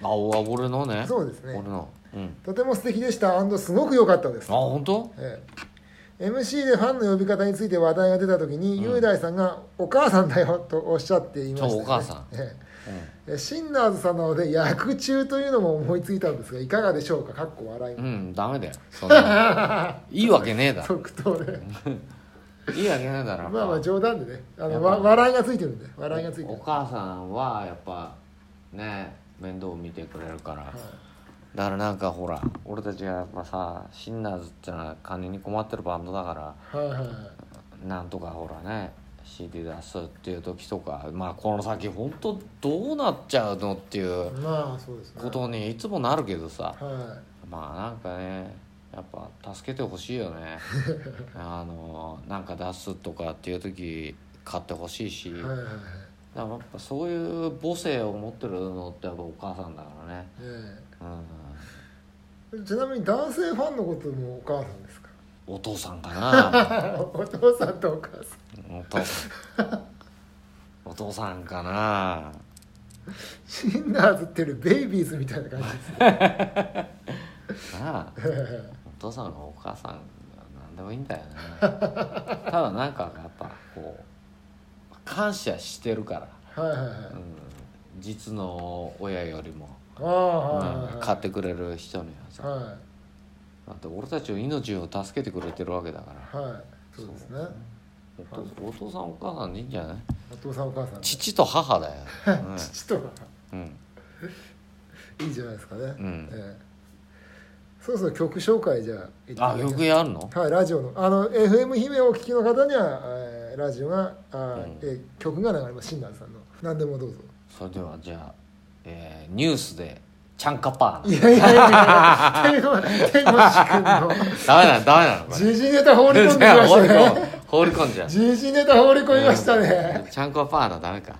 [SPEAKER 1] おあ俺のね
[SPEAKER 2] そうです
[SPEAKER 1] 俺
[SPEAKER 2] ね
[SPEAKER 1] のうん
[SPEAKER 2] とても素敵でしたすごく良かったです
[SPEAKER 1] あ本当
[SPEAKER 2] ええ MC でファンの呼び方について話題が出た時に、雄大さんが「お母さんだよ」とおっしゃっていました、
[SPEAKER 1] そうお母さん
[SPEAKER 2] え
[SPEAKER 1] うん
[SPEAKER 2] ええシンナーズさんなので役中というのも思いついたんですがいかがでしょうかかっこ笑い
[SPEAKER 1] うんダメだよそんなの いいわけねえだろ
[SPEAKER 2] 即答で
[SPEAKER 1] いいわけねえだろ
[SPEAKER 2] まあまあ冗談でねあ
[SPEAKER 1] やっ
[SPEAKER 2] の
[SPEAKER 1] ぱ
[SPEAKER 2] わ笑いがついてるんで笑いがついて
[SPEAKER 1] お
[SPEAKER 2] る
[SPEAKER 1] 母さんはやっぱね面倒を見てくれるから、だからなんかほら俺たちがやっぱさシンナーズってのは金に困ってるバンドだから
[SPEAKER 2] はいはいはいはい
[SPEAKER 1] なんとかほらね CD 出すっていう時とかまあこの先本当どうなっちゃうのっていう
[SPEAKER 2] まあそうですね
[SPEAKER 1] ことにいつもなるけどさ
[SPEAKER 2] は
[SPEAKER 1] まあなんかねやっぱ助けてほしいよ ねあのなんか出すとかっていう時買ってほしいし、
[SPEAKER 2] いはいはいはい
[SPEAKER 1] だからやっぱそういう母性を持ってるのってやっぱお母さんだからね、
[SPEAKER 2] え
[SPEAKER 1] う
[SPEAKER 2] えちなみに男性ファンのこともお母さんです か
[SPEAKER 1] ん、お父さんかな
[SPEAKER 2] お父さんとお母さん
[SPEAKER 1] お父さんお父さんかな
[SPEAKER 2] シンナーズっていうよりベイビーズみたいな感じです
[SPEAKER 1] なあ
[SPEAKER 2] え
[SPEAKER 1] お父さんお母さんなんでもいいんだよねただなんかやっぱこう感謝してるから、
[SPEAKER 2] えはいはいはい
[SPEAKER 1] うん、実の親よりも、
[SPEAKER 2] ああはいはい
[SPEAKER 1] うん、買ってくれる人にはさ
[SPEAKER 2] は
[SPEAKER 1] だって俺たちの命を助けてくれてるわけだから
[SPEAKER 2] いはいそうですね
[SPEAKER 1] お父お父さんお母さんでいいんじゃない
[SPEAKER 2] お父さんお母さん
[SPEAKER 1] 父と母 だよ、
[SPEAKER 2] 父とは
[SPEAKER 1] うんうん
[SPEAKER 2] いいじゃないですかね、
[SPEAKER 1] ん
[SPEAKER 2] ええそろそろ曲紹介じゃあ行っていた
[SPEAKER 1] あ
[SPEAKER 2] だきます
[SPEAKER 1] 曲やるの
[SPEAKER 2] はいラジオのあの FM 姫をお聞きの方には、えはい、ラジオがあー、
[SPEAKER 1] うん
[SPEAKER 2] えー曲が流れます親鸞さんの「何でもどうぞ
[SPEAKER 1] それではじゃあ、えーニュースでチャンカパ」ー
[SPEAKER 2] い
[SPEAKER 1] ナ
[SPEAKER 2] やいやいやいや天狗君
[SPEAKER 1] ダメ
[SPEAKER 2] の
[SPEAKER 1] なのダメなのこれ
[SPEAKER 2] 時事ネタ放り込んできま
[SPEAKER 1] 放
[SPEAKER 2] し
[SPEAKER 1] り
[SPEAKER 2] た
[SPEAKER 1] 込
[SPEAKER 2] ね
[SPEAKER 1] む放り込んじゃう
[SPEAKER 2] 時事ネタ放り込みましたね
[SPEAKER 1] ちゃんこはパーだダメか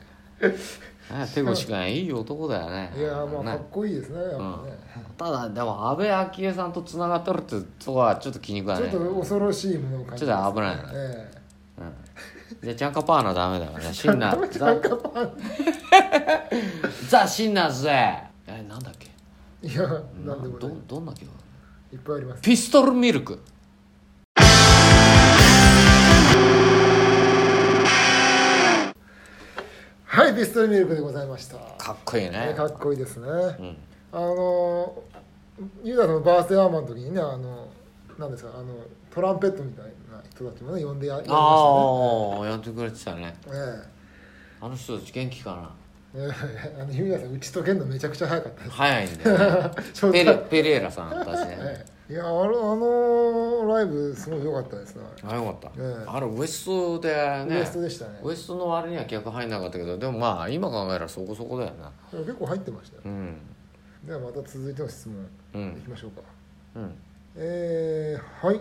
[SPEAKER 1] あ手越君はいい男だよね
[SPEAKER 2] いやーまあ
[SPEAKER 1] ね
[SPEAKER 2] かっこいいですねやっぱね、
[SPEAKER 1] ただでも安倍昭恵さんとつながっとるってとこはちょっと気に食わ
[SPEAKER 2] ち
[SPEAKER 1] な
[SPEAKER 2] ょ
[SPEAKER 1] い
[SPEAKER 2] っと恐ろしいものを感じます、
[SPEAKER 1] ちょっと危ない
[SPEAKER 2] ええ
[SPEAKER 1] じゃあちゃんこパーのダメだからねシンナー
[SPEAKER 2] ちゃ
[SPEAKER 1] ザ
[SPEAKER 2] んかパン
[SPEAKER 1] ザシンナーズでえなんだっけ
[SPEAKER 2] いや
[SPEAKER 1] な
[SPEAKER 2] なんでも
[SPEAKER 1] ど
[SPEAKER 2] ない
[SPEAKER 1] どんな曲
[SPEAKER 2] いっぱいあります
[SPEAKER 1] ピストルミルク
[SPEAKER 2] はいピストルミルクでございました
[SPEAKER 1] かっこいい
[SPEAKER 2] ね
[SPEAKER 1] ね
[SPEAKER 2] かっこいいですね、
[SPEAKER 1] うん
[SPEAKER 2] あのユダのバースデーアーマンの時にねあのなんですかあのトランペットみたいな人たちもね呼んでややりまし
[SPEAKER 1] ああやってくれてたね
[SPEAKER 2] たね
[SPEAKER 1] あの人たち元気かな
[SPEAKER 2] ええええ あのユダさん打ち解けるのめちゃくちゃ早かったです
[SPEAKER 1] 早いんだよ ね
[SPEAKER 2] 紹
[SPEAKER 1] ペ
[SPEAKER 2] 介
[SPEAKER 1] レペレーラさんたち ね
[SPEAKER 2] ええいやあのあのライブすごい良かったですね
[SPEAKER 1] あよかった、
[SPEAKER 2] ええ
[SPEAKER 1] あれウエストでね
[SPEAKER 2] ウエストでしたね
[SPEAKER 1] ウエストの割には客入んなかったけどでもまあ今考えたらそこそこだよな
[SPEAKER 2] 結構入ってましたよ
[SPEAKER 1] うん
[SPEAKER 2] ではまた続いての質問
[SPEAKER 1] う
[SPEAKER 2] い
[SPEAKER 1] ん
[SPEAKER 2] きましょうか
[SPEAKER 1] うん
[SPEAKER 2] えー、はい、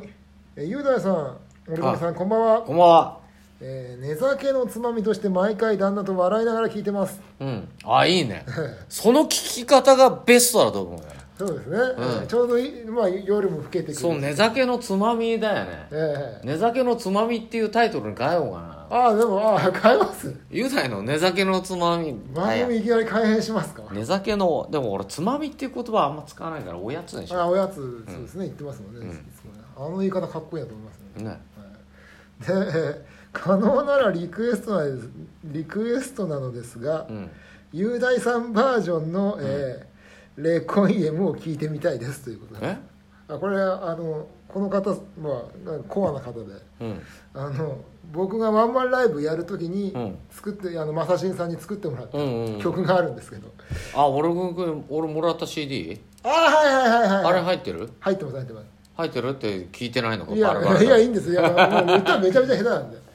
[SPEAKER 2] えー、雄大さん、森本さん、こんばんは、
[SPEAKER 1] こんばんは
[SPEAKER 2] えー。寝酒のつまみとして毎回旦那と笑いながら聞いてます。
[SPEAKER 1] うんあいい ねその聞き方がベストだと思う よ
[SPEAKER 2] そうですね。ちょうどいい、まあ夜も更けてくる。
[SPEAKER 1] そう。寝酒のつまみだよ ね
[SPEAKER 2] ええ
[SPEAKER 1] 寝酒のつまみっていうタイトルに変えようかな
[SPEAKER 2] ああでもああ変えます。
[SPEAKER 1] 雄大の寝酒のつまみ
[SPEAKER 2] 番組いきなり改変しますか。
[SPEAKER 1] 寝酒のでも俺つまみっていう言葉あんま使わないからおやつにし
[SPEAKER 2] ああ
[SPEAKER 1] よ
[SPEAKER 2] おやつそうですね、言ってますもんね。いつもねあの言い方かっこいいなと思いますね。
[SPEAKER 1] うね
[SPEAKER 2] で、 えー可能ならリクエストなですリクエストなのですが
[SPEAKER 1] う、ん
[SPEAKER 2] 雄大さんバージョンの、えーレコイエムを聞いてみたいですということで
[SPEAKER 1] え
[SPEAKER 2] あこれあのこの方はなんかコアな方で
[SPEAKER 1] うん
[SPEAKER 2] あの僕がワンマンライブやるときに
[SPEAKER 1] うん
[SPEAKER 2] 作って、あのマサシンさんに作ってもらっ
[SPEAKER 1] うんうん
[SPEAKER 2] た曲があるんですけど、
[SPEAKER 1] あ俺君俺もらった CD
[SPEAKER 2] あはいはいはいはい
[SPEAKER 1] あれ入ってる
[SPEAKER 2] 入ってます入ってます
[SPEAKER 1] 入ってるって聞いてないのか
[SPEAKER 2] い
[SPEAKER 1] バラバラ
[SPEAKER 2] や
[SPEAKER 1] だ
[SPEAKER 2] いやいいんですいやもう歌めちゃめちゃ下手なんでだか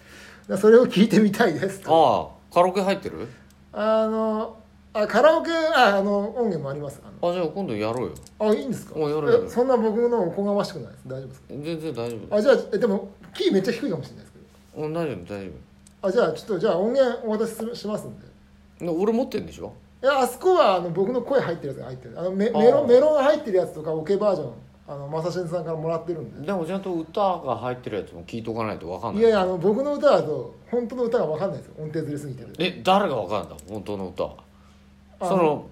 [SPEAKER 2] らそれを聞いてみたいですと
[SPEAKER 1] ああカラオケ入ってる
[SPEAKER 2] あのあカラオケああの音源もありますあ
[SPEAKER 1] あじゃあ今度やろうよ
[SPEAKER 2] のあいいんですか
[SPEAKER 1] おやるやる
[SPEAKER 2] えそんな僕のおこがましくないです大丈夫ですか
[SPEAKER 1] 全然大丈夫
[SPEAKER 2] あじゃあえでもキーめっちゃ低いかもしれないですけ
[SPEAKER 1] うん大丈夫大丈
[SPEAKER 2] どあじゃあちょっとじゃあ音源お渡しするしますんで
[SPEAKER 1] 夫で俺持ってんでしょ
[SPEAKER 2] いやあそこはあの僕の声入ってるやつが入ってるあのメ
[SPEAKER 1] あー
[SPEAKER 2] メロンメロンが入ってるやつとかオケバージョンあのマサシンさんからもらってるんで
[SPEAKER 1] でもちゃんと歌が入ってるやつも聞いとかないと分かんない
[SPEAKER 2] いやいやあの僕の歌だと本当の歌が分かんないですよ音程ずれすぎてる
[SPEAKER 1] え誰が分かるんだ本当の歌は
[SPEAKER 2] あ
[SPEAKER 1] その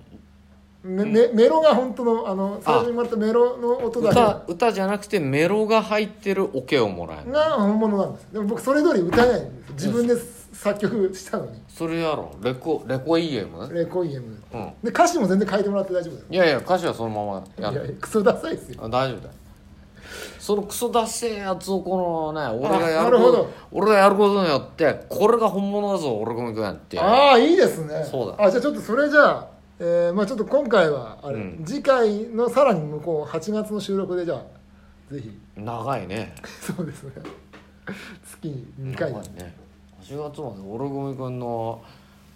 [SPEAKER 2] めめメロが本当のあの最初にもらったメロの音だけ
[SPEAKER 1] 歌
[SPEAKER 2] が
[SPEAKER 1] 歌じゃなくてメロが入ってるオケをもらえる
[SPEAKER 2] が本物なんですでも僕それ通り歌えないんです自分で作曲したのに
[SPEAKER 1] それやろレコレコ EM?
[SPEAKER 2] レコイエム
[SPEAKER 1] うん
[SPEAKER 2] で歌詞も全然変えてもらって大丈夫です
[SPEAKER 1] いやいや歌詞はそのままや
[SPEAKER 2] いや
[SPEAKER 1] る
[SPEAKER 2] クソダサいですよ
[SPEAKER 1] あ大丈夫だよそのクソダセえやつをこのね俺がや
[SPEAKER 2] な
[SPEAKER 1] る
[SPEAKER 2] る
[SPEAKER 1] こと
[SPEAKER 2] ほど
[SPEAKER 1] 俺がやることによってこれが本物だぞ俺込みくんって
[SPEAKER 2] ああいいですね
[SPEAKER 1] そうだ
[SPEAKER 2] あじゃあちょっとそれじゃあ、えーまあちょっと今回はあれ、
[SPEAKER 1] うん
[SPEAKER 2] 次回のさらに向こう8月の収録でじゃあぜひ
[SPEAKER 1] 長いね
[SPEAKER 2] そうですね月に2回
[SPEAKER 1] 長いね8月まで俺込みくんの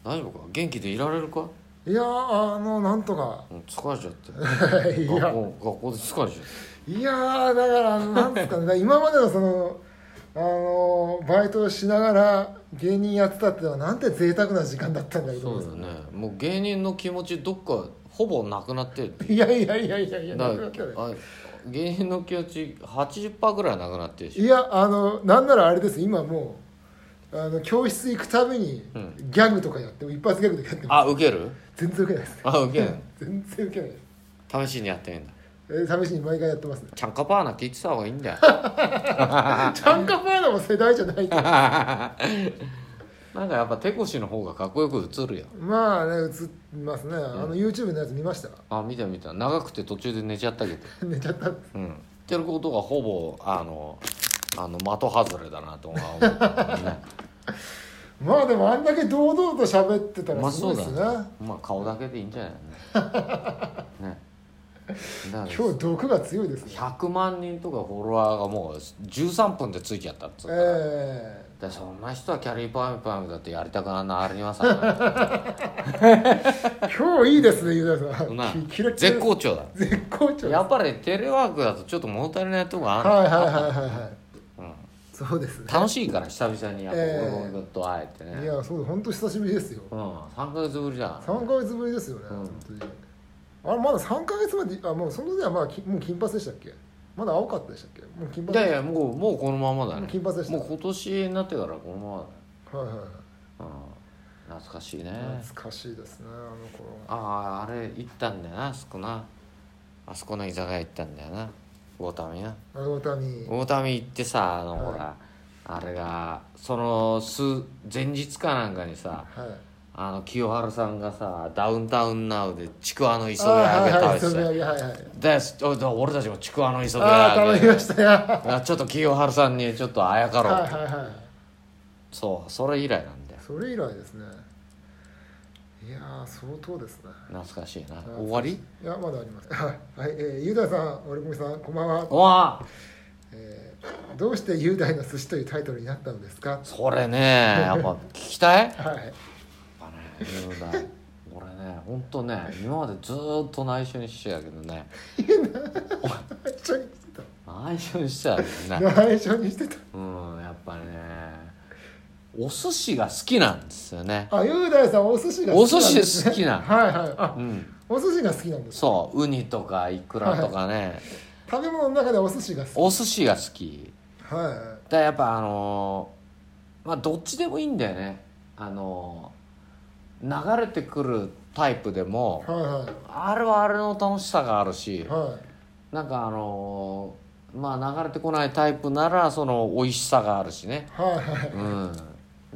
[SPEAKER 1] 大丈夫か元気でいられるか
[SPEAKER 2] いやーあのなんとか
[SPEAKER 1] うん疲れちゃって
[SPEAKER 2] い
[SPEAKER 1] 学
[SPEAKER 2] や
[SPEAKER 1] 校学校で疲れちゃって
[SPEAKER 2] いやーだからなんですかねだから今までのそのあのーバイトをしながら芸人やってたっていうのはなんて贅沢な時間だったんだけど
[SPEAKER 1] そうだよねもう芸人の気持ちどっかほぼなくなってる
[SPEAKER 2] いやいやいやいやいや
[SPEAKER 1] だ
[SPEAKER 2] なくなった
[SPEAKER 1] か
[SPEAKER 2] ね
[SPEAKER 1] らあ芸人の気持ち80%ぐらいなくなってるし
[SPEAKER 2] いやあのなんならあれです今もうあの教室行くたびに
[SPEAKER 1] うん
[SPEAKER 2] ギャグとかやっても一発ギャグとかやっても
[SPEAKER 1] あ受ける
[SPEAKER 2] 全然受けないです
[SPEAKER 1] あ受ける
[SPEAKER 2] 全然受けないです
[SPEAKER 1] 試しにやってみんだ
[SPEAKER 2] えー試しに毎回やってますね
[SPEAKER 1] チャンカパーナって言ってた方がいいんだよ
[SPEAKER 2] チャンカパーナも世代じゃないけ ど
[SPEAKER 1] なんかやっぱ手越の方がかっこよく映るよ
[SPEAKER 2] まあね映りますねあの YouTube のやつ見ました
[SPEAKER 1] あ見た見た長くて途中で寝ちゃったけど
[SPEAKER 2] 寝ちゃった
[SPEAKER 1] うん言ってることがほぼあのあの的外れだなとは思う、 ね、
[SPEAKER 2] まあでもあんだけ堂々と喋ってた
[SPEAKER 1] まあ
[SPEAKER 2] らすごいですね、
[SPEAKER 1] まあ顔だけでいいんじゃないのねねだから
[SPEAKER 2] 今日毒が強いですね
[SPEAKER 1] 100万人とかフォロワーがもう13分でついちゃったっつうから、
[SPEAKER 2] え
[SPEAKER 1] でそんな人はキャリーパンパンだってやりたくなりません、 ね、
[SPEAKER 2] え今日いいですねユダさ
[SPEAKER 1] そんなん
[SPEAKER 2] キラキラ
[SPEAKER 1] 絶好調だ
[SPEAKER 2] 絶好調
[SPEAKER 1] やっぱりテレワークだとちょっと物足りないとこある、
[SPEAKER 2] はいはいはいはいは
[SPEAKER 1] う
[SPEAKER 2] い
[SPEAKER 1] ん
[SPEAKER 2] そうですね
[SPEAKER 1] 楽しいから久々にやっぱ俺もと会えてね、
[SPEAKER 2] いやそう本当久しぶりですよ
[SPEAKER 1] うん3ヶ月ぶりじゃん
[SPEAKER 2] 3ヶ月ぶりですよね、
[SPEAKER 1] うん
[SPEAKER 2] 本当にあれまだ3ヶ月まであもうその時はまあきもう金髪でしたっけまだ青かったでしたっけもう金
[SPEAKER 1] い
[SPEAKER 2] 髪
[SPEAKER 1] やいやもうもうこのままだね
[SPEAKER 2] 金髪でした
[SPEAKER 1] もう今年になってからこのままだね
[SPEAKER 2] はいはいはい、
[SPEAKER 1] うん懐かしいね
[SPEAKER 2] 懐かしいですねあの頃
[SPEAKER 1] あ
[SPEAKER 2] は
[SPEAKER 1] ああれ行ったんだよなあそこなあそこの居酒屋行ったんだよな魚民な
[SPEAKER 2] あの歌に
[SPEAKER 1] 魚民行ってさあの
[SPEAKER 2] はい
[SPEAKER 1] ほら、あれがその数前日かなんかにさ
[SPEAKER 2] はい
[SPEAKER 1] あの清春さんがさダウンタウンナウでちくわの磯辺
[SPEAKER 2] あ
[SPEAKER 1] 揚げ
[SPEAKER 2] ーはいはい
[SPEAKER 1] 食べ
[SPEAKER 2] 磯
[SPEAKER 1] て
[SPEAKER 2] 辺
[SPEAKER 1] た
[SPEAKER 2] 揚
[SPEAKER 1] よ
[SPEAKER 2] げはいはい
[SPEAKER 1] でおで俺たちもちくわの磯
[SPEAKER 2] ああ
[SPEAKER 1] 辺揚
[SPEAKER 2] 食
[SPEAKER 1] げ
[SPEAKER 2] べましたよは
[SPEAKER 1] あちょっと清春さんにちょっとあやか
[SPEAKER 2] い
[SPEAKER 1] ろう、
[SPEAKER 2] はいはい
[SPEAKER 1] そうそれ以来なんだよ
[SPEAKER 2] それ以来ですねいやー相当ですね
[SPEAKER 1] 懐かしいな
[SPEAKER 2] 懐かしい
[SPEAKER 1] 終わり
[SPEAKER 2] いやまだありますはい、はいえー、雄大さん折込みさんこんばんは
[SPEAKER 1] うわあ
[SPEAKER 2] えーどうして雄大の寿司というタイトルになったのですか。
[SPEAKER 1] それねやっぱ聞きたい
[SPEAKER 2] はい。
[SPEAKER 1] やっぱね雄大俺ねほんとね今までずーっと内緒にしてたけどね
[SPEAKER 2] 内緒にして
[SPEAKER 1] 内緒にしてたけど
[SPEAKER 2] た。
[SPEAKER 1] ね
[SPEAKER 2] 内緒にしてた。
[SPEAKER 1] うんやっぱねお寿司が好きなんですよね
[SPEAKER 2] あ、雄大さんお寿司が好きなんです、ね。
[SPEAKER 1] お寿司好きなの
[SPEAKER 2] はいはい。あ
[SPEAKER 1] う、ん
[SPEAKER 2] お寿司が好きなんです。
[SPEAKER 1] そうウニとかイクラとかね
[SPEAKER 2] 食べ物の中でお寿司が好
[SPEAKER 1] お寿司が好き
[SPEAKER 2] き。はいは
[SPEAKER 1] だからやっぱあのーまあどっちでもいいんだよねあのー流れてくるタイプでも
[SPEAKER 2] い。は
[SPEAKER 1] あれはあれの楽しさがあるし
[SPEAKER 2] いはい。は
[SPEAKER 1] なんかあのーまあ流れてこないタイプならその美味しさがあるしね
[SPEAKER 2] い。はいはい。
[SPEAKER 1] うん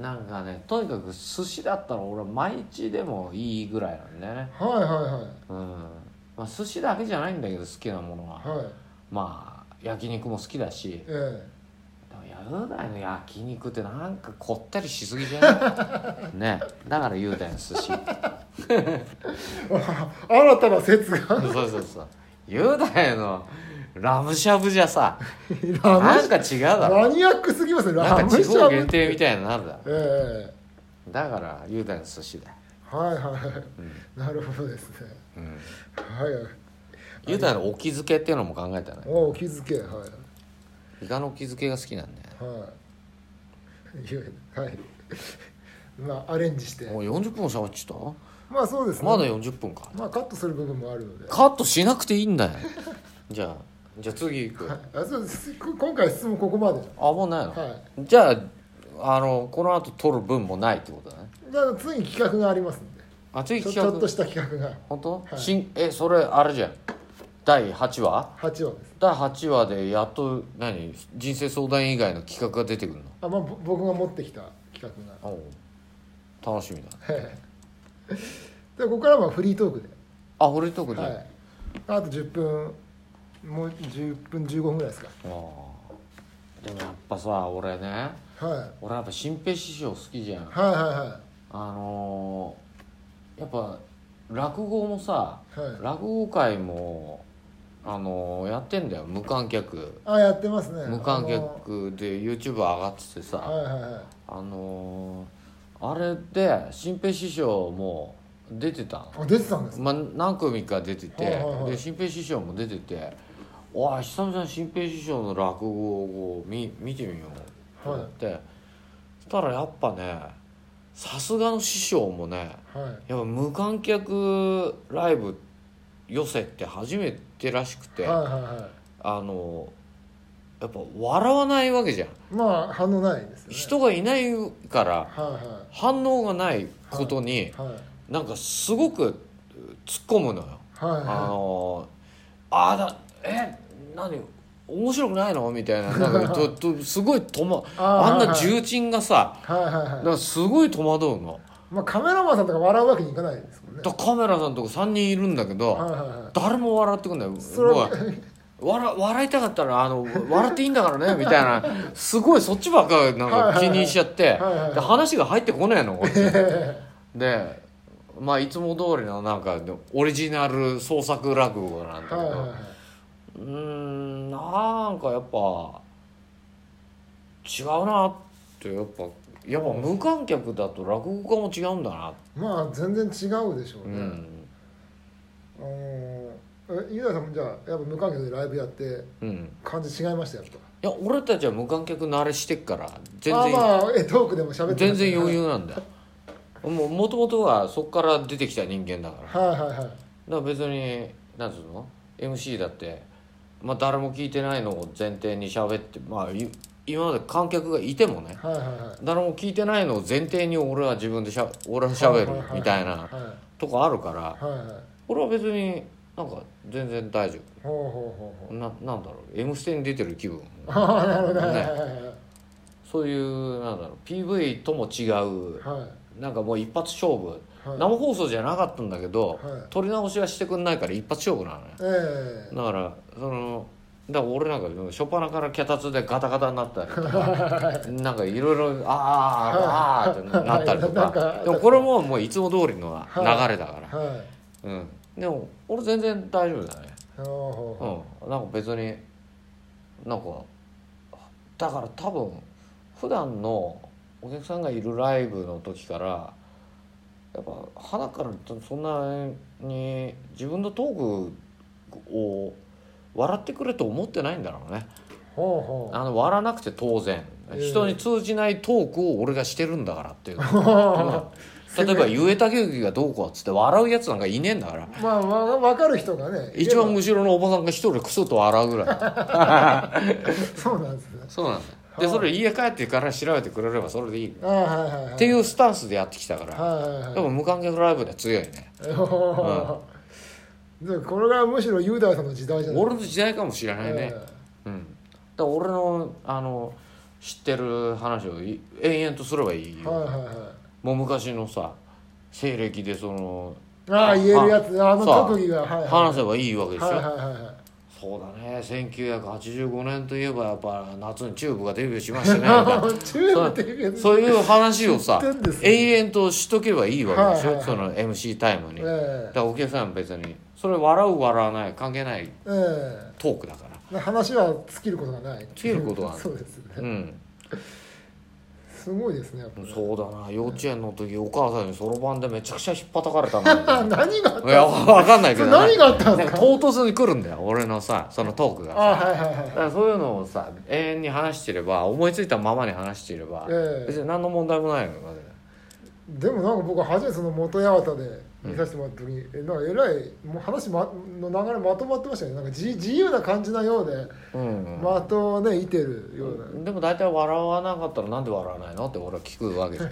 [SPEAKER 1] なんかねとにかく寿司だったら俺は毎日でもいいぐらいなんだよね
[SPEAKER 2] はいは
[SPEAKER 1] うんまあ寿司だけじゃないんだけど好きなものはい
[SPEAKER 2] はい。はい。
[SPEAKER 1] まあ焼肉も好きだし
[SPEAKER 2] ええ
[SPEAKER 1] でも雄大の焼肉ってなんかこったりしすぎじゃないねだから雄大の寿司
[SPEAKER 2] あ新たな説が。
[SPEAKER 1] そうそうそう雄大のラムしゃぶじゃさ
[SPEAKER 2] ラム
[SPEAKER 1] なんか違うだろ
[SPEAKER 2] マニアックすぎますね。
[SPEAKER 1] な
[SPEAKER 2] ラ
[SPEAKER 1] ん
[SPEAKER 2] ム
[SPEAKER 1] か地
[SPEAKER 2] シャ
[SPEAKER 1] 方
[SPEAKER 2] ブっ
[SPEAKER 1] 限定み
[SPEAKER 2] て。
[SPEAKER 1] たいになるだろ
[SPEAKER 2] ええ
[SPEAKER 1] だから雄大の寿司だよ
[SPEAKER 2] はいはい。なるほどですね。
[SPEAKER 1] うん
[SPEAKER 2] はいはい。
[SPEAKER 1] 雄大のお気づけっていうのも考えたね
[SPEAKER 2] おお気づけはい。
[SPEAKER 1] イカのお気づけが好きなんだよ
[SPEAKER 2] はい。いやはい。まあ、アレンジして。
[SPEAKER 1] もう40分も喋っちゃっ
[SPEAKER 2] まあ、そうです
[SPEAKER 1] た
[SPEAKER 2] ね。
[SPEAKER 1] まだ40分か
[SPEAKER 2] まあ、カットする部分もあるので。
[SPEAKER 1] カットしなくていいんだよじゃあじゃあ次行くあ
[SPEAKER 2] あ、そうです。こ今回質問ここまで。
[SPEAKER 1] もうないの、
[SPEAKER 2] は
[SPEAKER 1] じゃああのこの後撮る分もないってことだね
[SPEAKER 2] い。じゃあ、次に企画がありますんで。
[SPEAKER 1] あ次
[SPEAKER 2] ちょ
[SPEAKER 1] 企
[SPEAKER 2] ちょ
[SPEAKER 1] 画
[SPEAKER 2] っとした企画が
[SPEAKER 1] 本当、
[SPEAKER 2] はい
[SPEAKER 1] 新えそれあれじゃん第8話
[SPEAKER 2] 八話です。
[SPEAKER 1] 第8話でやっと何人生相談以外の企画が出てくるの
[SPEAKER 2] あ、まあ、ぼ僕が持ってきた企画が。
[SPEAKER 1] おう楽しみだ
[SPEAKER 2] で、ここからはフリートークで。
[SPEAKER 1] あ俺とこじゃん、
[SPEAKER 2] はい。あと10分。もう10分15分ぐらいですか。
[SPEAKER 1] ああでもやっぱさ俺ね
[SPEAKER 2] はい。
[SPEAKER 1] 俺やっぱ新平師匠好きじゃん
[SPEAKER 2] はいは
[SPEAKER 1] あのーやっぱ落語もさ
[SPEAKER 2] いはい。はい。
[SPEAKER 1] 落語会もあのーやってんだよ無観客
[SPEAKER 2] あ、やってますね。
[SPEAKER 1] 無観
[SPEAKER 2] あの
[SPEAKER 1] 客で YouTube 上がっててさ
[SPEAKER 2] はいはいはい。
[SPEAKER 1] あのーあれで新平師匠も出てたの
[SPEAKER 2] あ出てたんですね
[SPEAKER 1] まあ、何組か出てて、
[SPEAKER 2] はいはいはい
[SPEAKER 1] で新平師匠も出てて「おい久々に新平師匠の落語を見見てみよう」と思って、そしたらやっぱねさすがの師匠もね
[SPEAKER 2] はい
[SPEAKER 1] やっぱ無観客ライブ寄せって初めてらしくて、
[SPEAKER 2] はいはいは
[SPEAKER 1] あのやっぱ笑わないわけじゃん、
[SPEAKER 2] いまあ反応ないですよね
[SPEAKER 1] 人がいないから
[SPEAKER 2] はいは
[SPEAKER 1] 反応がないことに
[SPEAKER 2] いはい
[SPEAKER 1] なんかすごく突っ込むのよ。
[SPEAKER 2] はい
[SPEAKER 1] あ
[SPEAKER 2] は
[SPEAKER 1] のああだえ何面白くないのみたいななんかと とすごいと、ま、
[SPEAKER 2] あ
[SPEAKER 1] あん
[SPEAKER 2] ー
[SPEAKER 1] な重鎮がさ
[SPEAKER 2] いはいはい
[SPEAKER 1] だ
[SPEAKER 2] は
[SPEAKER 1] からすごい戸惑うの
[SPEAKER 2] いまあカメラマンさんとか笑うわけにいかないですもんね
[SPEAKER 1] だカメラさんとか3人いるんだけ
[SPEAKER 2] はい
[SPEAKER 1] ど
[SPEAKER 2] はいは
[SPEAKER 1] 誰も笑ってくんだよ
[SPEAKER 2] いそれは
[SPEAKER 1] もう笑笑いたかったらあの笑っていいんだからねみたいなすごいそっちばっかなんか気にしちゃって
[SPEAKER 2] はいはいはい
[SPEAKER 1] で話が入ってこねえのこっちでまあいつも通りのなんかオリジナル創作落語なんだけど、
[SPEAKER 2] はいはいはいう
[SPEAKER 1] ーんなんかやっぱ違うなってやっぱやっぱ無観客だと落語家も違うんだなって、
[SPEAKER 2] まあ全然違うでしょう
[SPEAKER 1] う
[SPEAKER 2] ね、
[SPEAKER 1] ん
[SPEAKER 2] あのーえユダさんもじゃあやっぱ無観客でライブやって
[SPEAKER 1] うん、
[SPEAKER 2] 感じ違いましたやっぱ
[SPEAKER 1] いや俺たちは無観客慣れしてっから全
[SPEAKER 2] あ
[SPEAKER 1] 然、
[SPEAKER 2] まあえトークでも喋って
[SPEAKER 1] 全然余
[SPEAKER 2] 裕
[SPEAKER 1] 裕なんだもうもともとはそこから出てきた人間だからだか
[SPEAKER 2] はいはいはい
[SPEAKER 1] ら別になんつうの MC だって、まあ、誰も聞いてないのを前提に喋ってまあい今まで観客がいてもね
[SPEAKER 2] はいはいはい
[SPEAKER 1] 誰も聞いてないのを前提に俺は自分でしゃ俺は喋るみたい
[SPEAKER 2] は
[SPEAKER 1] ない
[SPEAKER 2] はい
[SPEAKER 1] とこあるから
[SPEAKER 2] はいはいはい
[SPEAKER 1] 俺は別になんか全然大丈
[SPEAKER 2] ほうほうほう
[SPEAKER 1] 夫ななんだろう「M ステ」に出てる気分
[SPEAKER 2] ほうああなるほどはいは
[SPEAKER 1] ね
[SPEAKER 2] いはいはい
[SPEAKER 1] そういうなんだろう PV とも違う
[SPEAKER 2] は
[SPEAKER 1] なんかもう一発勝負
[SPEAKER 2] いはい
[SPEAKER 1] 生放送じゃなかったんだけど
[SPEAKER 2] はい
[SPEAKER 1] 撮り直しはしてくんないから一発勝負なのよ
[SPEAKER 2] え
[SPEAKER 1] だからそのだから俺なんか初っ端から脚立でガタガタになったりと かなんかいろいろあーあーあーってなったりと
[SPEAKER 2] なん
[SPEAKER 1] か
[SPEAKER 2] か
[SPEAKER 1] でもこれももういつも通りの流れだか
[SPEAKER 2] え
[SPEAKER 1] ら、
[SPEAKER 2] はい
[SPEAKER 1] うん、でも俺全然大丈夫だね、
[SPEAKER 2] ほうほうほ
[SPEAKER 1] うん、なんか別になんかだから多分普段のお客さんがいるライブの時からやっぱ花からそんなに自分のトークを笑ってくれと思ってないんだろうね
[SPEAKER 2] うほう
[SPEAKER 1] あの笑わなくて当然
[SPEAKER 2] ええ
[SPEAKER 1] 人に通じないトークを俺がしてるんだからって いう、
[SPEAKER 2] ほうほ
[SPEAKER 1] うん例えば「ゆえたけゆきがどうこう」っつって笑うやつなんかいねえんだから
[SPEAKER 2] うまあわ分かる人がね
[SPEAKER 1] 一番
[SPEAKER 2] いれ
[SPEAKER 1] 後ろのおばさんが一人クスッと笑うぐらい
[SPEAKER 2] ばそうなんですね
[SPEAKER 1] そうなんだで
[SPEAKER 2] はい
[SPEAKER 1] それ家帰ってから調べてくれればそれでいいっ
[SPEAKER 2] ああはいはいはい
[SPEAKER 1] ていうスタンスでやってきたから
[SPEAKER 2] はいはいはい
[SPEAKER 1] でも無観客ライブでは強いね
[SPEAKER 2] おーでこれがむしろユーダーさんの時代じゃない
[SPEAKER 1] 俺の時代かもしれないね
[SPEAKER 2] え
[SPEAKER 1] うんだから俺のあの知ってる話をい延々とすればいい
[SPEAKER 2] え
[SPEAKER 1] よ
[SPEAKER 2] はいはいはい
[SPEAKER 1] もう昔のさ西暦でその
[SPEAKER 2] ああ言えるやつあの
[SPEAKER 1] そう
[SPEAKER 2] 特技がはいはい
[SPEAKER 1] 話せばいいわけです
[SPEAKER 2] はいはい
[SPEAKER 1] よ
[SPEAKER 2] はいはい
[SPEAKER 1] そうだね1985年といえばやっぱ夏にチューブがデビューしましたねみたいな
[SPEAKER 2] チューブって言うけど
[SPEAKER 1] そういう話をさ
[SPEAKER 2] 知ってんですね
[SPEAKER 1] 延々としとけばいいわけでしょ、
[SPEAKER 2] はいはい
[SPEAKER 1] その MC タイムに、だか
[SPEAKER 2] え
[SPEAKER 1] らお客さんは別にそれ笑う笑わない関係ない
[SPEAKER 2] ええ
[SPEAKER 1] トークだから
[SPEAKER 2] え話は尽きることがない
[SPEAKER 1] 尽きることがない
[SPEAKER 2] そうですね
[SPEAKER 1] うん
[SPEAKER 2] すごいですねやっぱ
[SPEAKER 1] そうだな幼稚園の時お母さんにそろばんでめちゃくちゃ引っ叩かれた
[SPEAKER 2] あ
[SPEAKER 1] の
[SPEAKER 2] 何があっ
[SPEAKER 1] いや
[SPEAKER 2] た
[SPEAKER 1] わかんないけど、ね、
[SPEAKER 2] 何があったん
[SPEAKER 1] なん
[SPEAKER 2] です
[SPEAKER 1] か
[SPEAKER 2] か
[SPEAKER 1] 唐突に来るんだよ俺のさそのトークが
[SPEAKER 2] あ
[SPEAKER 1] さ
[SPEAKER 2] はいはいはい
[SPEAKER 1] だからそういうのをさ永遠に話してれば思いついたままに話していれば、
[SPEAKER 2] え
[SPEAKER 1] 別に何の問題もないのよ、
[SPEAKER 2] でもなんか僕は初めてその元八幡で見させてもらった時に、えなんかえらいもう話、ま、の流れまとまってましたねなんか自自由な感じなようで
[SPEAKER 1] うんうん
[SPEAKER 2] 的をねいてるような、
[SPEAKER 1] でも大体笑わなかったらなんで笑わないのって俺は聞くわけじ ゃん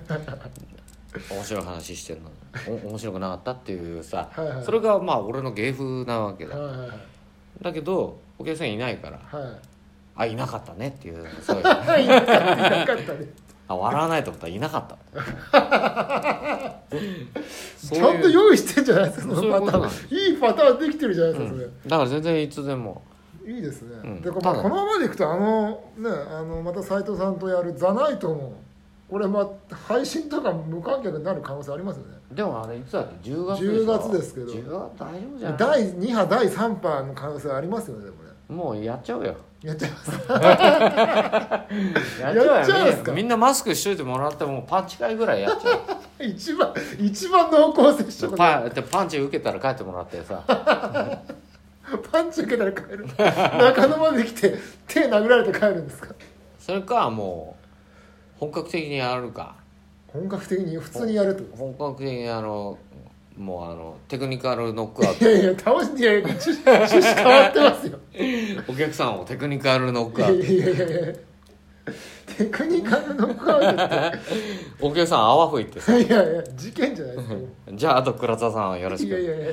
[SPEAKER 1] 面白い話してるのにお面白くなかったっていうさ
[SPEAKER 2] はいはい
[SPEAKER 1] それがまあ俺の芸風なわけだ
[SPEAKER 2] はいはい
[SPEAKER 1] だけどお客さんいないから
[SPEAKER 2] は
[SPEAKER 1] あいなかったねっていうそう いう
[SPEAKER 2] いはいいなかったいなかったね
[SPEAKER 1] あ笑わないと思ったらいなかったそう
[SPEAKER 2] ちゃんと
[SPEAKER 1] いう
[SPEAKER 2] 用意してんじゃないですかそ
[SPEAKER 1] そういう
[SPEAKER 2] の
[SPEAKER 1] こと
[SPEAKER 2] パタ
[SPEAKER 1] なん
[SPEAKER 2] ーンいいパターンできてるじゃないですかそれ、
[SPEAKER 1] だから全然いつでも
[SPEAKER 2] いいですね、
[SPEAKER 1] うん
[SPEAKER 2] でこ,、まあ
[SPEAKER 1] ただ
[SPEAKER 2] このままでいくとあのねあのまた斎藤さんとやる「ザナイトもこれまあ配信とか無観客になる可能性ありますよね
[SPEAKER 1] でもあれいつだって10月
[SPEAKER 2] 10月ですけど
[SPEAKER 1] 10月大丈夫じゃない
[SPEAKER 2] 第2波第3波の可能性ありますよねでもね
[SPEAKER 1] もうやっちゃうよ
[SPEAKER 2] やっちゃいます
[SPEAKER 1] や
[SPEAKER 2] っちゃうよね
[SPEAKER 1] っちゃうよみんなマスクしといてもらってもパンチ会ぐらいやっちゃう
[SPEAKER 2] 一番一番濃厚接触
[SPEAKER 1] パ
[SPEAKER 2] パ
[SPEAKER 1] ンでパンチ受けたら帰ってもらってさ
[SPEAKER 2] パンチ受けたら帰る中野まで来て手殴られて帰るんですか
[SPEAKER 1] それかもう本格的にやるか
[SPEAKER 2] 本格的に普通にやると
[SPEAKER 1] 本格的にあのもうあのテクニカルノックアウ
[SPEAKER 2] いやいや倒していやいや趣旨趣旨変わってますよ
[SPEAKER 1] トお客さんをテクニカルノッ
[SPEAKER 2] い
[SPEAKER 1] クア
[SPEAKER 2] や
[SPEAKER 1] ウト
[SPEAKER 2] いやいやいやテクニカルノックアウトっ
[SPEAKER 1] お客さん泡吹いてさ
[SPEAKER 2] ていやいや事件じゃないですか
[SPEAKER 1] じゃああと倉田さんはよろし
[SPEAKER 2] いやい
[SPEAKER 1] く
[SPEAKER 2] やいや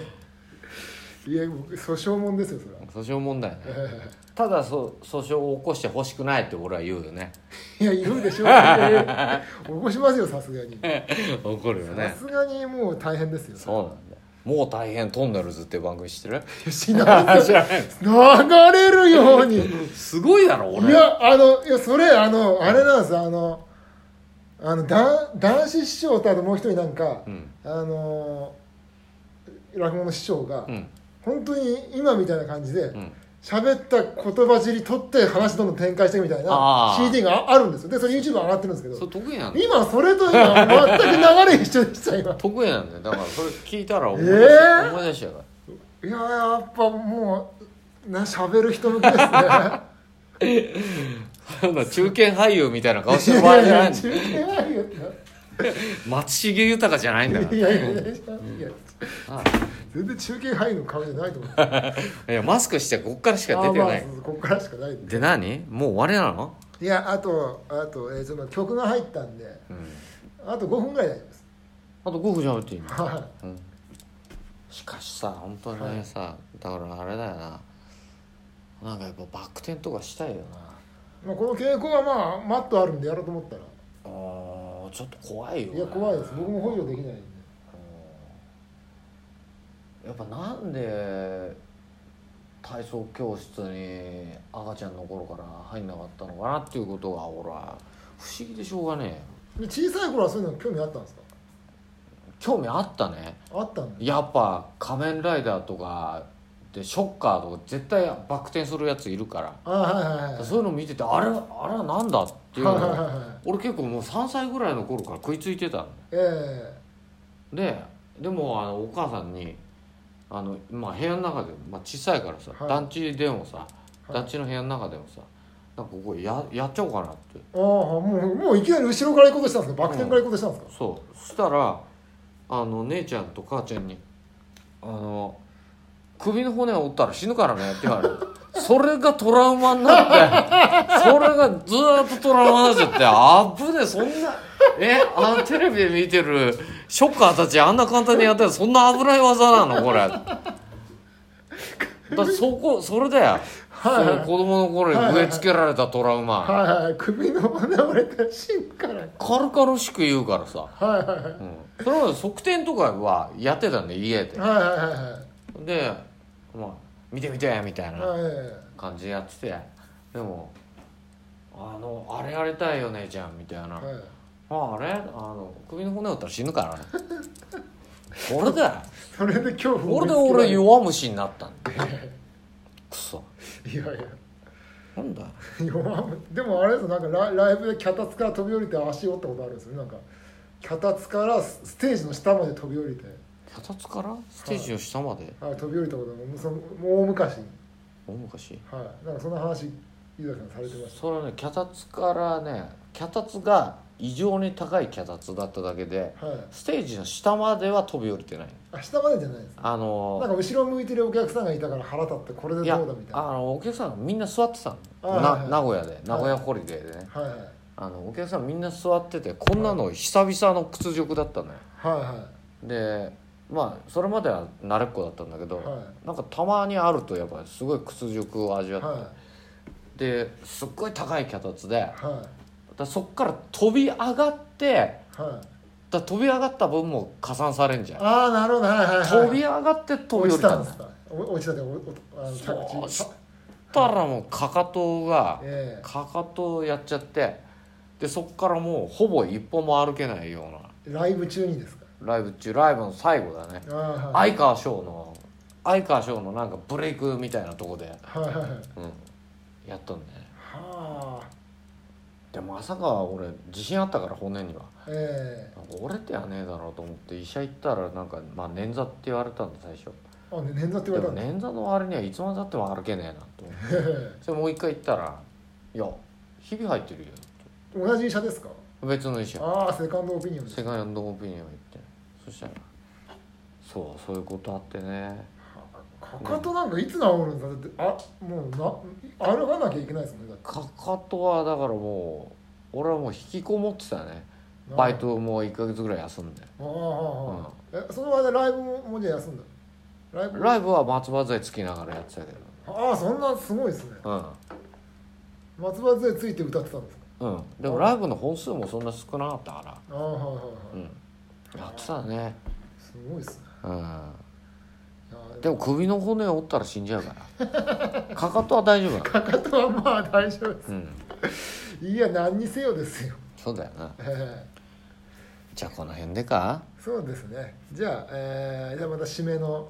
[SPEAKER 2] いや僕訴訟もんですよそれは
[SPEAKER 1] 訴訟問題ね ただそ訴訟を起こしてほしくないって俺は言うよね
[SPEAKER 2] いやいるでしょういやいや起こしますよさすがに
[SPEAKER 1] 怒るよ
[SPEAKER 2] さ
[SPEAKER 1] ね
[SPEAKER 2] すがにもう大変ですよ
[SPEAKER 1] そうなんだよもう大変トンネルズっていう番組知ってる
[SPEAKER 2] いやしないですよ流れるように
[SPEAKER 1] すごいだろ
[SPEAKER 2] い
[SPEAKER 1] 俺
[SPEAKER 2] やあのいやそれあのあれなんですあのあのだん男子師匠とあともう一人なんか、
[SPEAKER 1] うん
[SPEAKER 2] あのー落語の師匠が、
[SPEAKER 1] うん
[SPEAKER 2] 本当に今みたいな感じで
[SPEAKER 1] うん
[SPEAKER 2] 喋った言葉尻取って話どんどん展開していくみたいな
[SPEAKER 1] あー
[SPEAKER 2] CD がああるんですよでそれ YouTube 上がってるんですけ
[SPEAKER 1] それ
[SPEAKER 2] ど
[SPEAKER 1] 得意なんだよ
[SPEAKER 2] 今それと今全く流れ一緒でした今
[SPEAKER 1] 得意なんだよだからそれ聞いたら思い出し,、
[SPEAKER 2] えー
[SPEAKER 1] 思い出しちゃうから
[SPEAKER 2] いややっぱもうな喋る人 向けですね
[SPEAKER 1] なんか中堅俳優みたいな顔してる場合じゃないんだ
[SPEAKER 2] 中
[SPEAKER 1] よ
[SPEAKER 2] 堅俳優って
[SPEAKER 1] 松重豊じゃないんだか
[SPEAKER 2] いやいやいやいや
[SPEAKER 1] らあ
[SPEAKER 2] 全然中堅俳優の顔じゃないと思う
[SPEAKER 1] あいやマスクしてこっからしか
[SPEAKER 2] あ
[SPEAKER 1] 出
[SPEAKER 2] ー
[SPEAKER 1] て
[SPEAKER 2] まあ
[SPEAKER 1] ない
[SPEAKER 2] こっからしかない
[SPEAKER 1] で何もう終わりなの
[SPEAKER 2] いやあとあと、えー、その曲が入ったんで
[SPEAKER 1] うん
[SPEAKER 2] あと5分ぐらいであります
[SPEAKER 1] あと5分じゃなくていいの
[SPEAKER 2] は
[SPEAKER 1] うんしかしさ本当にねさ、だからあれだよななんかやっぱバック転とかしたいよない
[SPEAKER 2] まあこの傾向はまあマットあるんでやろうと思ったら
[SPEAKER 1] あーちょっと怖いよ、ね、
[SPEAKER 2] いや怖いです僕も補助できないんで
[SPEAKER 1] やっぱなんで体操教室に赤ちゃんの頃から入んなかったのかなっていうことが俺は不思議でしょうがねえ
[SPEAKER 2] で小さい頃はそういうの興味あったんですか
[SPEAKER 1] 興味あったね
[SPEAKER 2] あったんで
[SPEAKER 1] やっぱ「仮面ライダー」とかでショッカーとか絶対バク転するやついるから、
[SPEAKER 2] あはいはいはい
[SPEAKER 1] そういうの見ててあれあれはなんだっていう
[SPEAKER 2] はいはい
[SPEAKER 1] のを
[SPEAKER 2] はいはい
[SPEAKER 1] 俺結構もう3歳ぐらいの頃から食いついてたの
[SPEAKER 2] え
[SPEAKER 1] ででもあのお母さんにあの、まあ、部屋の中で、まあ、小さいからさ、
[SPEAKER 2] はい
[SPEAKER 1] 団地でもさ、
[SPEAKER 2] い
[SPEAKER 1] 団地の部屋の中でもさなんかここややっちゃおうかなって
[SPEAKER 2] えああもうもういきなり後ろから行こうとしたんですかバク転から行こうとしたんですか、
[SPEAKER 1] そうそしたらあの姉ちゃんと母ちゃんに「あの首の骨を折ったら死ぬからね」って言われて それがトラウマになってそれがずーっとトラウマになっちゃってあぶねえそんなえあのテレビで見てるショッカーたちあんな簡単にやってるそんな危ない技なのこれ。だってそこそれだよ、
[SPEAKER 2] はいはい
[SPEAKER 1] その子供の頃に植え付けられたトラウマ、
[SPEAKER 2] はいはいはい首の骨折れて芯から
[SPEAKER 1] 軽々しく言うからさ
[SPEAKER 2] はいはいは
[SPEAKER 1] う
[SPEAKER 2] い
[SPEAKER 1] んそれまで側転とかはやってたんで家で
[SPEAKER 2] はいはいはいはい
[SPEAKER 1] でまあ見て見てみたいな
[SPEAKER 2] はいはいはい
[SPEAKER 1] 感じでやっててでもあのあれやりたいよ姉ちゃんみたいな
[SPEAKER 2] はい
[SPEAKER 1] ああれあの首の骨折ったら死ぬからね これだよ
[SPEAKER 2] それで恐怖
[SPEAKER 1] これで
[SPEAKER 2] 見つけら
[SPEAKER 1] 俺
[SPEAKER 2] れる
[SPEAKER 1] 弱虫になったんだよ くそ
[SPEAKER 2] いやいや
[SPEAKER 1] なんだよ
[SPEAKER 2] 弱むでもあれですよなんかラライブで脚立から飛び降りて足折ったことあるんですよねなんか脚立からスステージの下まで飛び降りて
[SPEAKER 1] 脚立からステージの下まで
[SPEAKER 2] はい飛び降りたことももうそのもう大昔に
[SPEAKER 1] 大昔
[SPEAKER 2] はいなんかそんな話伊崎さんされてまし
[SPEAKER 1] それはね脚立からね脚立が異常に高い脚立だっただけで
[SPEAKER 2] たはい
[SPEAKER 1] ステージの下までは飛び降りてない
[SPEAKER 2] あ下までじゃないです
[SPEAKER 1] あ
[SPEAKER 2] なん
[SPEAKER 1] の
[SPEAKER 2] か後ろ向いてるお客さんがいたから腹立ってこれで
[SPEAKER 1] い
[SPEAKER 2] ど
[SPEAKER 1] や
[SPEAKER 2] うだみたい
[SPEAKER 1] あ
[SPEAKER 2] な
[SPEAKER 1] のお客さんがみんな座ってた
[SPEAKER 2] あ
[SPEAKER 1] の
[SPEAKER 2] はいは
[SPEAKER 1] ない名古屋で名古屋ホリデーでね
[SPEAKER 2] はいはい
[SPEAKER 1] あのお客さんみんな座っててこんなの久々の屈辱だったのよ
[SPEAKER 2] は
[SPEAKER 1] でまあそれまでは慣れっこだったんだけ
[SPEAKER 2] い
[SPEAKER 1] ど
[SPEAKER 2] はいは
[SPEAKER 1] なんかたまにあるとやっぱりすごい屈辱を味
[SPEAKER 2] い
[SPEAKER 1] わっ
[SPEAKER 2] は
[SPEAKER 1] てですっごい高い脚立でだ
[SPEAKER 2] い
[SPEAKER 1] か
[SPEAKER 2] は
[SPEAKER 1] らそっから飛び上がってだか
[SPEAKER 2] いはい
[SPEAKER 1] ら飛び上がった分も加算されんじゃん
[SPEAKER 2] ああなるほどはいはいはい
[SPEAKER 1] 飛び上がって飛び降
[SPEAKER 2] 落
[SPEAKER 1] り
[SPEAKER 2] ち
[SPEAKER 1] た
[SPEAKER 2] た
[SPEAKER 1] ん
[SPEAKER 2] ん
[SPEAKER 1] だ
[SPEAKER 2] ですかお落ちたでおおあの
[SPEAKER 1] そう
[SPEAKER 2] 着地
[SPEAKER 1] たらもうかかとが
[SPEAKER 2] え
[SPEAKER 1] かかとやっちゃってでそっからもうほぼ一歩も歩けないよう
[SPEAKER 2] えライブ中にですか
[SPEAKER 1] なライブ中ライブの最後だね
[SPEAKER 2] ああはい
[SPEAKER 1] 相川翔の相川翔のなんかブレイクみたいなとこで、
[SPEAKER 2] はいはいはい
[SPEAKER 1] うん、やったんだよね
[SPEAKER 2] はあ
[SPEAKER 1] でもまさか俺自信あったから骨には
[SPEAKER 2] え
[SPEAKER 1] なんか折れてはねえだろうと思って医者行ったらなんか、まあ、捻挫って言われたんで最初
[SPEAKER 2] えあね捻挫って
[SPEAKER 1] で
[SPEAKER 2] 言われた
[SPEAKER 1] も
[SPEAKER 2] んだ
[SPEAKER 1] 捻挫の割にはいつまでたっても歩けねえなと思って
[SPEAKER 2] え
[SPEAKER 1] それもう一回行ったら「いやひび入ってるよ
[SPEAKER 2] え同じ医者ですか」
[SPEAKER 1] 別の医者
[SPEAKER 2] ああセカンドオピニオンです
[SPEAKER 1] セカンドオピニオン行ってそしたらそうそういうことあってね
[SPEAKER 2] かかとなんかいつ治るんだだってあもうな歩かなきゃいけないですもんねだって
[SPEAKER 1] かかとはだからもう俺はもう引きこもってたねバイトも1ヶ月ぐらい休んで
[SPEAKER 2] ああああ、ああえその間ライブももうじゃあ休んだライブ
[SPEAKER 1] ライブは松葉杖つきながらやってたけ
[SPEAKER 2] ああそんなすごいですね
[SPEAKER 1] ど
[SPEAKER 2] 松葉杖ついて歌ってたんですか
[SPEAKER 1] うんうんでもライブの本数もそんな少なかったから
[SPEAKER 2] ああはいはいは
[SPEAKER 1] うんやってたね
[SPEAKER 2] いすごいですね
[SPEAKER 1] うん
[SPEAKER 2] いや
[SPEAKER 1] でも首の骨折ったら死んじゃうから かかとは大丈夫なの
[SPEAKER 2] かかとはまあ大丈夫で
[SPEAKER 1] うん
[SPEAKER 2] すいや何にせよですよ
[SPEAKER 1] そうだよな
[SPEAKER 2] ええ
[SPEAKER 1] じゃあこの辺でか
[SPEAKER 2] そうですねじゃあ、えーじゃあまた締めの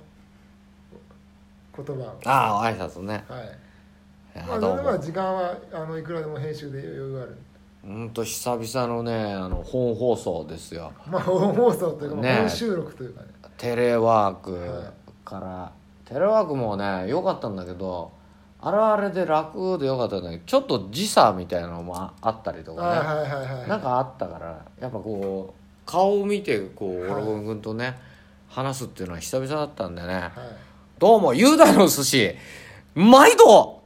[SPEAKER 2] 言葉をは
[SPEAKER 1] ああ挨拶ね
[SPEAKER 2] いま
[SPEAKER 1] あ
[SPEAKER 2] あ、
[SPEAKER 1] どう
[SPEAKER 2] まあ
[SPEAKER 1] も
[SPEAKER 2] 時間はあのいくらでも編集で余裕がある
[SPEAKER 1] うんと久々のねあの本放送ですよ
[SPEAKER 2] まあ本放送というか、まあ
[SPEAKER 1] ねえ
[SPEAKER 2] 本収録というかね
[SPEAKER 1] テレワーク
[SPEAKER 2] は
[SPEAKER 1] から、テレワークもね良かったんだけどあれはあれで楽で良かったんだけどちょっと時差みたいなのもああったりと
[SPEAKER 2] はい
[SPEAKER 1] かね
[SPEAKER 2] はいはいはい
[SPEAKER 1] なんかあったからやっぱこう顔を見てこう
[SPEAKER 2] はい
[SPEAKER 1] オロゴン君とね話すっていうのは久々だったんでね
[SPEAKER 2] はい
[SPEAKER 1] どうも雄大の寿司毎度